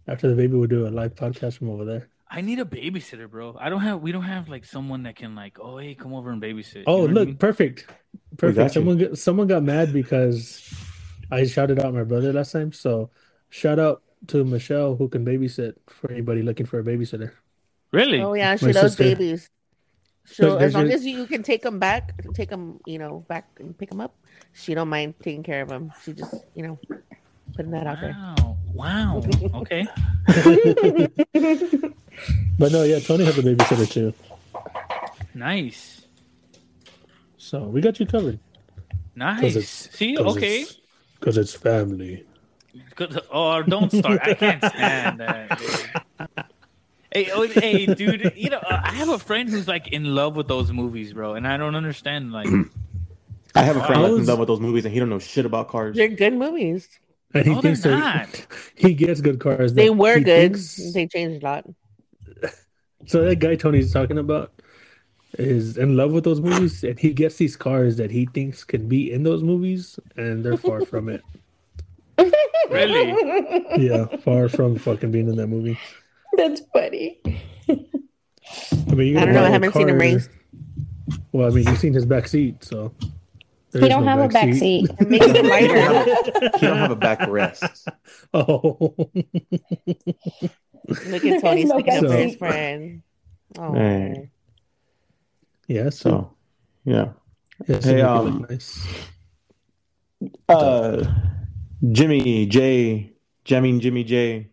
Speaker 4: after the baby, we'll do a live podcast from over there.
Speaker 5: I need a babysitter, bro. I don't have. We don't have like someone that can like. Oh, hey, come over and babysit. You
Speaker 4: Oh,
Speaker 5: know what I
Speaker 4: look,
Speaker 5: mean?
Speaker 4: perfect,
Speaker 2: got
Speaker 4: perfect.
Speaker 2: you.
Speaker 4: Someone, got, someone got mad because I shouted out my brother last time. So, shout out to Michelle who can babysit for anybody looking for a babysitter.
Speaker 5: Really?
Speaker 6: Oh yeah, she
Speaker 4: My
Speaker 6: loves
Speaker 4: sister.
Speaker 6: babies. So
Speaker 4: Look,
Speaker 6: as
Speaker 4: there's
Speaker 6: long
Speaker 4: a-
Speaker 6: as you can take them back, take them, you know, back and pick them up, she don't mind taking care of them. She just, you know, putting that out there.
Speaker 5: Wow. Wow. Okay.
Speaker 4: But no, yeah, Tony has a babysitter too.
Speaker 5: Nice.
Speaker 4: So we got you covered.
Speaker 5: Nice.
Speaker 4: it's-
Speaker 5: See. Okay.
Speaker 4: Because it's family.
Speaker 5: Good. Or don't start. I can't stand that. dude. Hey, oh, hey, dude. You know, uh, I have a friend who's like in love with those movies, bro, and I don't understand. Like,
Speaker 2: I have a friend
Speaker 4: I
Speaker 2: that's in
Speaker 4: was-
Speaker 2: love with those movies, and he don't know shit about cars.
Speaker 6: They're good movies.
Speaker 4: And
Speaker 5: no, they're
Speaker 4: that-
Speaker 5: not.
Speaker 4: he gets good cars.
Speaker 6: They
Speaker 4: that
Speaker 6: were
Speaker 4: he
Speaker 6: good.
Speaker 4: thinks-
Speaker 6: They changed a lot.
Speaker 4: so that guy Tony's talking about is in love with those movies, and he gets these cars that he thinks can be in those movies, and they're far from it.
Speaker 5: Really?
Speaker 4: Yeah, far from fucking being in that movie.
Speaker 3: That's funny.
Speaker 4: I mean, you're
Speaker 6: I don't know.
Speaker 4: gonna buy
Speaker 6: I
Speaker 4: a
Speaker 6: haven't seen him
Speaker 4: car-
Speaker 6: race.
Speaker 4: Well, I mean, you've seen his back seat, so there
Speaker 3: He
Speaker 4: is
Speaker 3: don't
Speaker 4: no
Speaker 3: have a back seat.
Speaker 6: It makes it
Speaker 2: He don't
Speaker 6: lighter.
Speaker 2: have a, he don't have a backrest.
Speaker 4: Oh,
Speaker 6: Look at
Speaker 3: There's
Speaker 6: Tony
Speaker 3: no
Speaker 6: sticking up for
Speaker 4: backseat.
Speaker 6: his friend. Oh,
Speaker 2: Hey.
Speaker 4: yeah. So
Speaker 2: So, yeah.
Speaker 4: yes,
Speaker 2: Oh, Hey,
Speaker 4: it would
Speaker 2: um,
Speaker 4: look nice.
Speaker 2: Uh, Jimmy J, Jamming Jimmy J.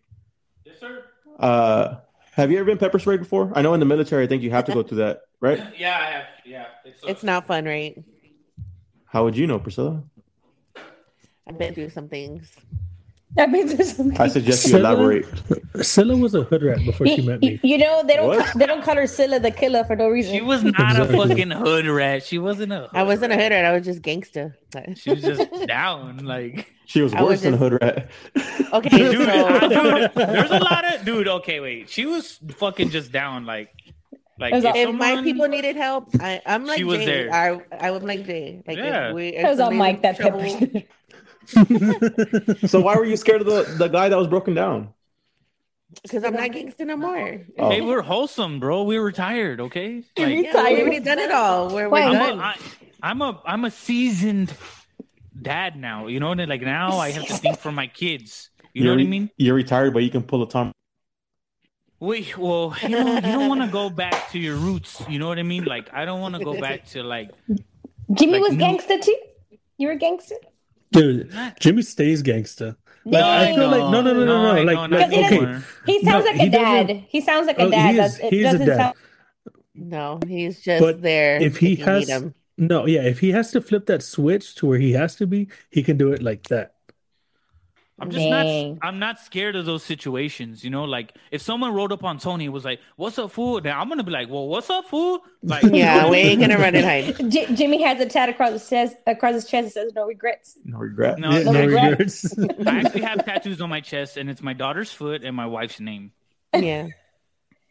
Speaker 5: Yes, sir.
Speaker 2: Uh, have you ever been pepper sprayed before? I know in the military, I think you have to go through that, right?
Speaker 5: Yeah, I have. Yeah,
Speaker 6: it's not fun, right?
Speaker 2: How would you know, Priscilla?
Speaker 6: I've been through some things.
Speaker 3: That means there's something.
Speaker 2: I suggest you elaborate.
Speaker 4: Scylla was a hood rat before she
Speaker 3: you,
Speaker 4: met me.
Speaker 3: you know they don't
Speaker 2: What?
Speaker 3: they don't call her Scylla the killer for no reason.
Speaker 5: She was not a
Speaker 4: Exactly.
Speaker 5: fucking hood rat. She wasn't a. Hood
Speaker 6: I wasn't a
Speaker 5: rat.
Speaker 6: hood rat. I was just gangster.
Speaker 5: She was just down. Like,
Speaker 2: She was
Speaker 6: I
Speaker 2: worse
Speaker 6: was
Speaker 2: than a
Speaker 6: just-
Speaker 2: hood rat.
Speaker 6: okay,
Speaker 5: dude,
Speaker 6: so
Speaker 5: I- dude, there's a lot of dude. Okay, wait. She was fucking just down. Like, like
Speaker 3: It was
Speaker 5: if
Speaker 3: all-
Speaker 6: if my
Speaker 5: someone-
Speaker 6: people needed help, I, I'm like
Speaker 5: She was
Speaker 6: Jay.
Speaker 5: there.
Speaker 6: I I was like Jay. Like
Speaker 5: Yeah.
Speaker 6: if we, if
Speaker 3: That was on
Speaker 6: somebody's
Speaker 3: Mike.
Speaker 6: in
Speaker 3: That
Speaker 6: trouble-
Speaker 3: pepper.
Speaker 2: So why were you scared of the, the guy that was broken down?
Speaker 6: Because I'm not gangster no more.
Speaker 2: Oh.
Speaker 5: They were wholesome, bro. We were tired, okay? Like,
Speaker 6: Yeah, we already done it all. We're, we're
Speaker 3: Wait.
Speaker 5: I'm,
Speaker 6: done.
Speaker 5: a, I, I'm a I'm a seasoned dad now. You know what I mean? Like now I have to think for my kids. You know
Speaker 2: You're-
Speaker 5: what I mean?
Speaker 2: You're retired, but you can pull a Tom.
Speaker 5: Wait, well, you know, you don't want to go back to your roots. You know what I mean? Like I don't want to go back to like
Speaker 3: Jimmy
Speaker 5: Like,
Speaker 3: was
Speaker 5: no.
Speaker 3: gangster too. You were gangster.
Speaker 4: Dude,
Speaker 5: not-
Speaker 4: Jimmy stays gangster. Like,
Speaker 3: No,
Speaker 4: I feel like no, no, no, no, no.
Speaker 5: I know,
Speaker 4: Like, like
Speaker 5: not
Speaker 3: Because he
Speaker 4: okay,
Speaker 5: anymore.
Speaker 3: He sounds
Speaker 4: No,
Speaker 3: like a
Speaker 4: he doesn't-
Speaker 3: dad. He sounds like a
Speaker 4: Oh, he
Speaker 3: dad.
Speaker 4: is-
Speaker 3: That's- it
Speaker 4: he is a
Speaker 3: doesn't
Speaker 4: dad.
Speaker 3: sound.
Speaker 6: No, he's just
Speaker 4: But
Speaker 6: there.
Speaker 4: if he
Speaker 6: you
Speaker 4: has-
Speaker 6: need him.
Speaker 4: no, yeah. If he has to flip that switch to where he has to be, he can do it like that.
Speaker 5: I'm just
Speaker 3: Dang.
Speaker 5: not. I'm not scared of those situations. You know, like if someone rolled up on Tony and was like, "What's up, fool?" Now I'm gonna be like, "Well, what's up, fool?" Like,
Speaker 6: yeah, we ain't gonna run and hide.
Speaker 3: J- Jimmy has a tat across his chest. Across his chest, that says "No regrets."
Speaker 2: No regret.
Speaker 5: No,
Speaker 4: Yeah,
Speaker 5: no
Speaker 3: regrets.
Speaker 4: regrets.
Speaker 5: I actually have tattoos on my chest, and it's my daughter's foot and my wife's name.
Speaker 6: Yeah,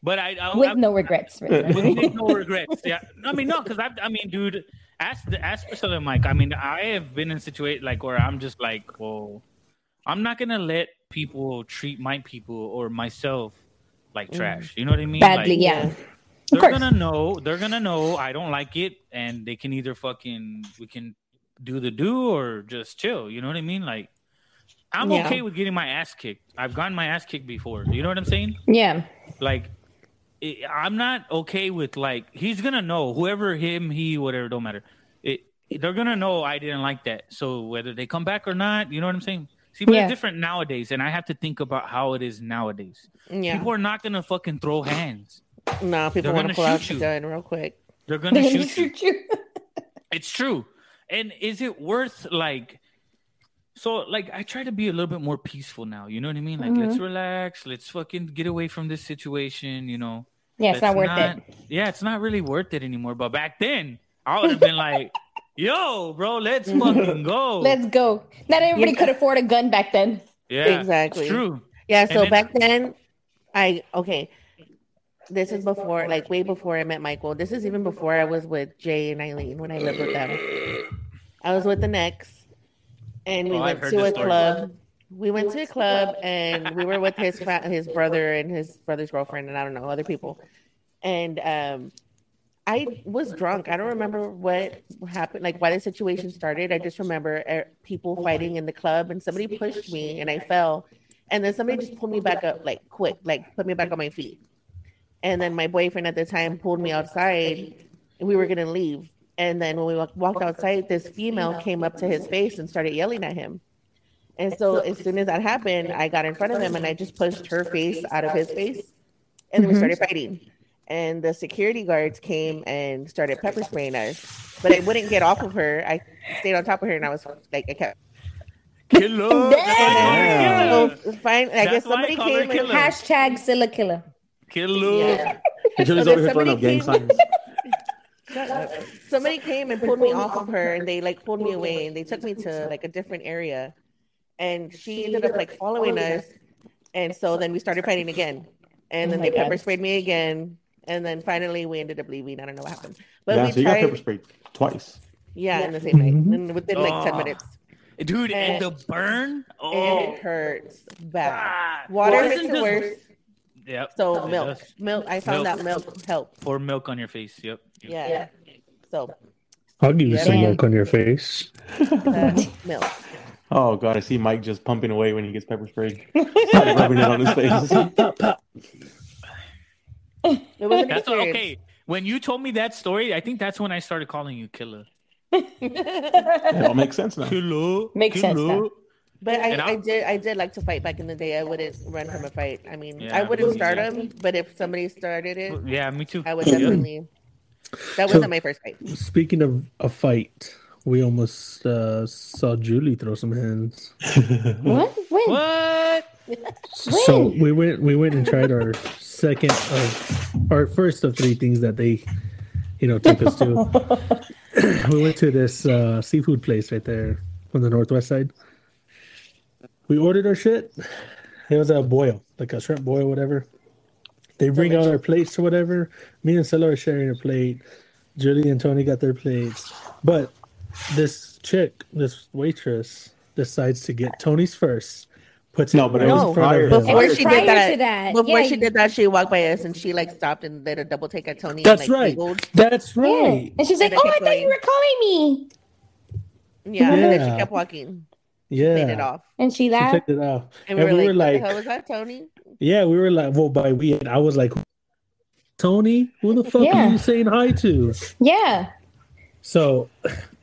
Speaker 5: But I, I
Speaker 3: With
Speaker 5: I-
Speaker 3: no regrets.
Speaker 5: with
Speaker 3: written on it.
Speaker 5: no regrets. Yeah, I mean no, because I, I mean, dude, ask the ask Priscilla and Mike. I mean, I have been in situations like where I'm just like, well, I'm not gonna let people treat my people or myself like trash. You know what I mean?
Speaker 3: Mm. Badly,
Speaker 5: Like,
Speaker 3: yeah.
Speaker 5: they're
Speaker 3: course.
Speaker 5: gonna know they're gonna know i don't like it and they can either fucking we can do the do or just chill you know what i mean like i'm
Speaker 6: Yeah.
Speaker 5: okay with getting my ass kicked i've gotten my ass kicked before you know what i'm saying
Speaker 3: Yeah.
Speaker 5: like it, i'm not okay with like he's gonna know whoever him he whatever don't matter it, they're gonna know i didn't like that so whether they come back or not you know what i'm saying see but
Speaker 3: Yeah.
Speaker 5: it's different nowadays and i have to think about how it is nowadays
Speaker 6: yeah.
Speaker 5: people are not gonna fucking throw hands
Speaker 6: no, people
Speaker 5: they're
Speaker 6: want
Speaker 5: gonna
Speaker 6: to pull out
Speaker 5: shoot
Speaker 6: the
Speaker 5: you.
Speaker 6: gun real quick.
Speaker 5: they're gonna
Speaker 3: They
Speaker 5: shoot you
Speaker 3: shoot you.
Speaker 5: It's true. And is it worth like so like I try to be a little bit more peaceful now, you know what I mean? Like let's relax, let's fucking get away from this situation, you know.
Speaker 3: Yeah, it's not
Speaker 5: Let's
Speaker 3: worth it.
Speaker 5: Yeah, it's not really worth it anymore, but back then I would have been like, "Yo, bro, let's fucking go."
Speaker 3: Let's go. Not everybody
Speaker 6: Yeah.
Speaker 3: could afford a gun back then.
Speaker 5: yeah. it's
Speaker 6: Exactly.
Speaker 5: true.
Speaker 6: Yeah, so
Speaker 5: then-
Speaker 6: back then, I okay. This is before, like way before I met Michael. This is even before I was with Jay and Eileen when I lived with them. I was with the next, and we
Speaker 5: Oh, I've
Speaker 6: went
Speaker 5: heard
Speaker 6: to
Speaker 5: this
Speaker 6: a
Speaker 5: story.
Speaker 6: club. We went to a club, and we were with his fa- his brother and his brother's girlfriend, and I don't know other people. And um, I was drunk. I don't remember what happened, like why the situation started. I just remember uh,
Speaker 5: Oh
Speaker 6: people fighting in the club, and somebody pushed me, and I fell. And then somebody just pulled me back up, like quick, like put me back on my feet. And then my boyfriend at the time pulled me outside, and we were gonna leave. And then when we wa- walked outside, this female came up to his face and started yelling at him. And so as soon as that happened, I got in front of him and I just pushed her face out of his face. And we
Speaker 3: Mhm.
Speaker 6: started fighting. And the security guards came and started pepper spraying us. But I wouldn't get off of her. I stayed on top of her and I was like, I kept.
Speaker 5: Killer.
Speaker 2: Damn.
Speaker 5: That's why I call her
Speaker 6: So fine. I
Speaker 5: Oh, That's
Speaker 6: guess
Speaker 5: why I
Speaker 6: somebody
Speaker 5: call
Speaker 6: came.
Speaker 5: her
Speaker 6: And,
Speaker 5: killer.
Speaker 3: Hashtag Silla Killer.
Speaker 5: Killer.
Speaker 6: yeah.
Speaker 2: Julie's
Speaker 6: So
Speaker 2: over
Speaker 6: then
Speaker 2: here throwing
Speaker 6: somebody
Speaker 2: up gang
Speaker 6: came-
Speaker 2: signs.
Speaker 6: Shut up. Somebody came and pulled me off of her and they like pulled me away and they took me to like a different area. And she ended up like following us. And so then we started fighting again. And
Speaker 3: Oh
Speaker 6: then
Speaker 3: my
Speaker 6: they pepper
Speaker 3: God.
Speaker 6: sprayed me again. And then finally we ended up leaving. I don't know what happened. But
Speaker 2: yeah,
Speaker 6: we
Speaker 2: so you got
Speaker 6: tried
Speaker 2: pepper Mm-hmm. sprayed twice.
Speaker 6: yeah, in the same night.
Speaker 4: Mhm.
Speaker 6: And within like 10
Speaker 5: Oh.
Speaker 6: minutes.
Speaker 5: Dude,
Speaker 6: And-
Speaker 5: and the burn.
Speaker 6: And
Speaker 5: Oh,
Speaker 6: it hurts bad.
Speaker 5: God.
Speaker 6: Water
Speaker 5: Well,
Speaker 6: makes
Speaker 5: isn't
Speaker 6: it
Speaker 5: this-
Speaker 6: worse.
Speaker 5: Yep.
Speaker 6: So
Speaker 5: it
Speaker 6: milk.
Speaker 5: does.
Speaker 6: Milk I found out milk helps.
Speaker 5: Pour milk on your face. Yep.
Speaker 6: Yeah. So
Speaker 4: I'll give you some
Speaker 3: Yeah.
Speaker 4: milk on your face.
Speaker 6: uh, milk.
Speaker 2: Oh god, I see Mike just pumping away when he gets pepper sprayed, rubbing it on his face.
Speaker 6: It was an
Speaker 5: That's what,
Speaker 6: experience.
Speaker 5: okay. When you told me that story, I think that's when I started calling you killer.
Speaker 2: It all makes sense now.
Speaker 5: Killer.
Speaker 3: Makes sense
Speaker 5: killer.
Speaker 6: But
Speaker 5: And
Speaker 6: I, I
Speaker 5: I'll-
Speaker 6: did I did like to fight back in the day. I wouldn't run from a fight. I mean,
Speaker 5: Yeah,
Speaker 6: I
Speaker 5: I
Speaker 6: wouldn't
Speaker 5: believe
Speaker 6: start
Speaker 5: that.
Speaker 6: them, but if somebody started it,
Speaker 5: Yeah, me too.
Speaker 6: I would
Speaker 5: Yeah.
Speaker 6: definitely. That
Speaker 4: So-
Speaker 6: wasn't my first fight.
Speaker 4: Speaking of a fight, we almost uh, saw Julie throw some hands. Hmm.
Speaker 3: What? When?
Speaker 5: What?
Speaker 4: So
Speaker 3: When?
Speaker 4: we went we went and tried our second of our first of three things that they you know took us to. we went to this uh, seafood place right there on the northwest side. We ordered our shit. It was a boil, like a shrimp boil, whatever. They bring out our plates or whatever. Me and Stella are sharing a plate. Julie and Tony got their plates. But this chick, this waitress, decides to get Tony's first. Puts
Speaker 2: No, but it
Speaker 4: right
Speaker 2: was
Speaker 4: in front of
Speaker 2: prior-
Speaker 4: him.
Speaker 3: It was
Speaker 6: Before she did
Speaker 3: prior
Speaker 6: that-
Speaker 3: to that.
Speaker 6: Before
Speaker 3: Yeah,
Speaker 6: she
Speaker 3: you-
Speaker 6: did that, she walked by us and she like stopped and did a double take at Tony.
Speaker 4: That's
Speaker 6: and, like,
Speaker 4: right.
Speaker 6: giggled.
Speaker 4: That's
Speaker 3: yeah.
Speaker 4: right.
Speaker 3: And she's
Speaker 6: And
Speaker 3: like,
Speaker 6: I
Speaker 3: "Oh, I
Speaker 6: kept
Speaker 3: thought you
Speaker 6: going.
Speaker 3: were calling me,"
Speaker 6: Yeah, and then
Speaker 4: Yeah.
Speaker 6: she kept walking.
Speaker 4: Yeah.
Speaker 6: Played it off,
Speaker 3: and she
Speaker 4: She
Speaker 3: laughed.
Speaker 4: checked it out.
Speaker 6: and we were like, "What the hell
Speaker 4: like-
Speaker 6: was that, Tony?"
Speaker 4: Yeah, we were like, well, by we, and I was like, Tony, who the fuck
Speaker 3: Yeah.
Speaker 4: are you saying hi to?
Speaker 3: Yeah.
Speaker 4: So,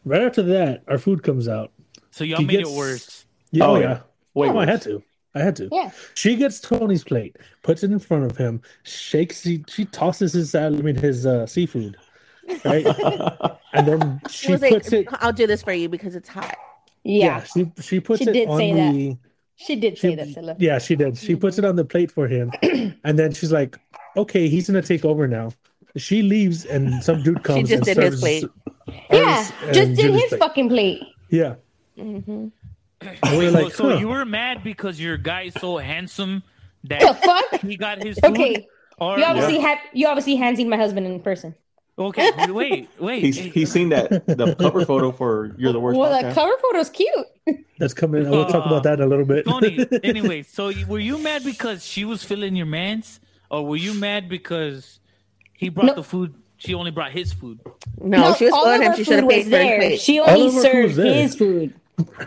Speaker 4: right after that, our food comes out.
Speaker 5: So y'all
Speaker 4: She
Speaker 5: made
Speaker 4: gets-
Speaker 5: it worse.
Speaker 4: Yeah,
Speaker 2: Oh,
Speaker 4: oh,
Speaker 2: yeah.
Speaker 4: yeah.
Speaker 2: Wait,
Speaker 4: Oh, I had to. I had to.
Speaker 3: Yeah.
Speaker 4: She gets Tony's plate, puts it in front of him, shakes. She, she tosses his salad, I mean his uh, seafood, right? and then
Speaker 6: She,
Speaker 4: she
Speaker 6: was like,
Speaker 4: puts it.
Speaker 6: "I'll do this for you because it's hot."
Speaker 3: Yeah.
Speaker 4: she she puts
Speaker 3: She
Speaker 4: it
Speaker 3: did
Speaker 4: on
Speaker 3: say that.
Speaker 4: the.
Speaker 3: She did
Speaker 4: She-
Speaker 3: say that, Silla.
Speaker 4: Yeah, she did.
Speaker 6: Mm-hmm.
Speaker 4: She puts it on the plate for him, and then she's like, "Okay, he's gonna take over now." She leaves, and some dude comes.
Speaker 6: just
Speaker 4: and
Speaker 6: did his
Speaker 4: serves
Speaker 6: plate.
Speaker 3: Yeah,
Speaker 4: ours
Speaker 3: just
Speaker 4: and
Speaker 3: did
Speaker 4: Julie's
Speaker 3: his
Speaker 4: plate.
Speaker 3: fucking plate.
Speaker 4: Yeah,
Speaker 6: Mm-hmm.
Speaker 4: And we're
Speaker 5: So-
Speaker 4: like,
Speaker 5: so
Speaker 4: huh.
Speaker 5: you were mad because your guy's so handsome
Speaker 3: The
Speaker 5: that
Speaker 3: fuck?
Speaker 5: he got his food?
Speaker 3: Okay,
Speaker 5: Or,
Speaker 3: you obviously have you obviously hand seen my husband in person.
Speaker 5: okay, wait, wait. wait.
Speaker 2: he's he's seen that the cover photo for "You're the Worst."
Speaker 3: well,
Speaker 2: Podcast.
Speaker 3: that cover photo's cute.
Speaker 4: that's coming. We'll talk about that in a little bit.
Speaker 5: Tony, anyway, so you- were you mad because she was filling your man's? Or were you mad because he brought
Speaker 3: No.
Speaker 5: the food? She only brought his food.
Speaker 6: No, she was
Speaker 3: all
Speaker 6: following
Speaker 3: of
Speaker 6: him.
Speaker 3: our
Speaker 6: She should
Speaker 3: food
Speaker 6: have paid
Speaker 3: was
Speaker 6: for his
Speaker 3: there.
Speaker 6: plate.
Speaker 3: She
Speaker 4: All
Speaker 3: only
Speaker 4: of our food was
Speaker 3: served
Speaker 4: there.
Speaker 3: his food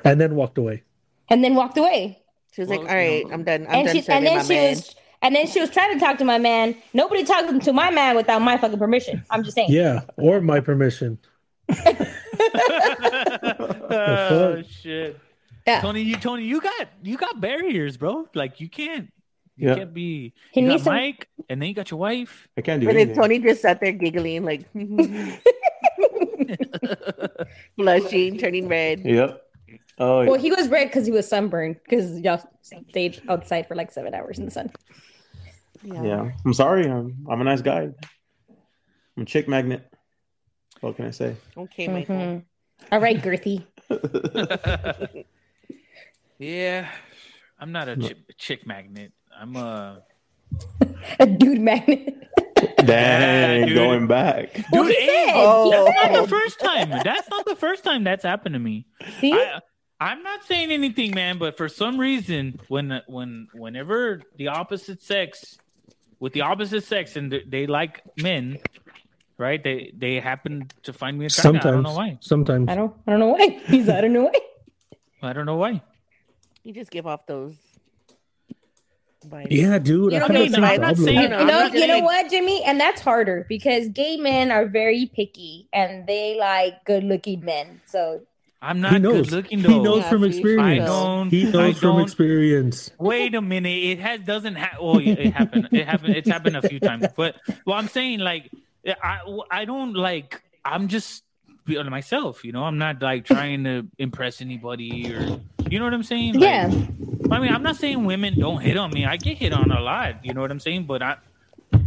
Speaker 4: and then walked away.
Speaker 3: and then walked away.
Speaker 6: She was like,
Speaker 5: Well,
Speaker 6: "All right,
Speaker 5: no.
Speaker 6: I'm done. I'm
Speaker 3: and
Speaker 6: done
Speaker 3: she and
Speaker 6: serving
Speaker 3: then
Speaker 6: my
Speaker 3: she
Speaker 6: man."
Speaker 3: was and then she was trying to talk to my man. Nobody talked to my man without my fucking permission. I'm just saying.
Speaker 4: Yeah, or my permission.
Speaker 5: oh
Speaker 4: fuck?
Speaker 5: shit.
Speaker 3: Yeah.
Speaker 5: Tony, you Tony, you got you got barriers, bro. Like you can't you
Speaker 2: Yeah.
Speaker 5: can't be
Speaker 3: He
Speaker 5: you got
Speaker 3: needs to-
Speaker 5: Mike and then you got your wife.
Speaker 2: I can't do
Speaker 6: But then
Speaker 2: anything.
Speaker 6: Tony just sat there giggling, like blushing, turning red.
Speaker 2: Yep. Oh,
Speaker 3: Well, he was red because he was sunburned because y'all stayed outside for like seven hours in the sun.
Speaker 2: yeah. yeah. I'm sorry. I'm I'm a nice guy. I'm a chick magnet. What can I say?
Speaker 6: Okay,
Speaker 5: Mm-hmm.
Speaker 6: Michael.
Speaker 3: Mhm. All right, Girthy.
Speaker 5: yeah. I'm not a chick, chick magnet. I'm a
Speaker 3: A dude magnet.
Speaker 2: Dang,
Speaker 5: dude.
Speaker 2: going back.
Speaker 3: Well, he
Speaker 5: hey,
Speaker 3: said.
Speaker 6: Oh.
Speaker 5: that's not the first time. That's not the first time that's happened to me.
Speaker 3: He said. See?
Speaker 5: I, uh, I'm not saying anything, man, but for some reason, when when whenever the opposite sex with the opposite sex and they, they like men, right? They they happen to find me attractive.
Speaker 4: Sometimes,
Speaker 5: I don't know why.
Speaker 4: sometimes.
Speaker 3: I don't. I don't know why. He's. I don't know why.
Speaker 5: I don't know why.
Speaker 6: You just give off those. vibes.
Speaker 4: Yeah, dude.
Speaker 6: You
Speaker 4: I
Speaker 6: don't
Speaker 4: think
Speaker 6: need to-
Speaker 4: that's a
Speaker 6: I'm not
Speaker 4: problem.
Speaker 6: saying-
Speaker 5: saying-
Speaker 6: No,
Speaker 3: you
Speaker 6: I'm
Speaker 3: know,
Speaker 6: not
Speaker 3: you know
Speaker 6: saying-
Speaker 3: what, Jimmy? And that's harder because gay men are very picky and they like good looking men. So
Speaker 5: I'm
Speaker 4: he
Speaker 5: not
Speaker 4: knows.
Speaker 5: good looking though.
Speaker 4: He knows
Speaker 6: Yeah,
Speaker 4: from
Speaker 6: see?
Speaker 5: I
Speaker 4: experience.
Speaker 5: don't.
Speaker 4: He
Speaker 5: I
Speaker 4: knows from
Speaker 5: don't.
Speaker 4: experience.
Speaker 5: Wait a minute. It has doesn't ha- Oh, yeah, it happened. It happened. It's happened a few times. But well, I'm saying like I I don't like. I'm just being myself. You know, I'm not like trying to impress anybody or you know what I'm saying. Like,
Speaker 3: Yeah.
Speaker 5: I mean, I'm not saying women don't hit on me. I get hit on a lot. You know what I'm saying? But I,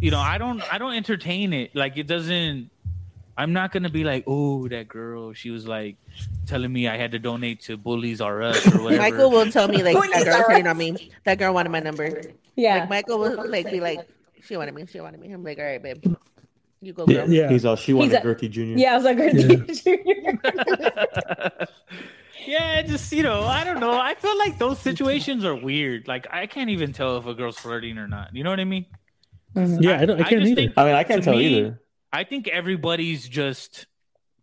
Speaker 5: you know, I don't. I don't entertain it. Like it doesn't. I'm not gonna be like, oh, that girl. She was like telling me I had to donate to Bullies R Us or whatever.
Speaker 6: Michael will tell me like
Speaker 3: When
Speaker 6: that
Speaker 3: you
Speaker 6: girl
Speaker 3: saw
Speaker 6: hitting on me. That girl wanted my number.
Speaker 3: Yeah.
Speaker 6: Like Michael will like be like, she wanted me, she wanted me. I'm like, all right, babe, you go,
Speaker 4: Yeah,
Speaker 6: girl.
Speaker 4: yeah.
Speaker 2: He's all she wanted
Speaker 3: a-
Speaker 2: Gertie Jr.
Speaker 3: yeah, I was like,
Speaker 5: yeah, just you know, I don't know. I feel like those situations are weird. Like I can't even tell if a girl's flirting or not. You know what I mean?
Speaker 4: yeah, I, don't, I
Speaker 5: I
Speaker 4: can't
Speaker 5: just
Speaker 4: either.
Speaker 5: think-
Speaker 2: I mean, I can't
Speaker 5: To
Speaker 2: tell
Speaker 5: me,
Speaker 2: either.
Speaker 5: I think everybody's just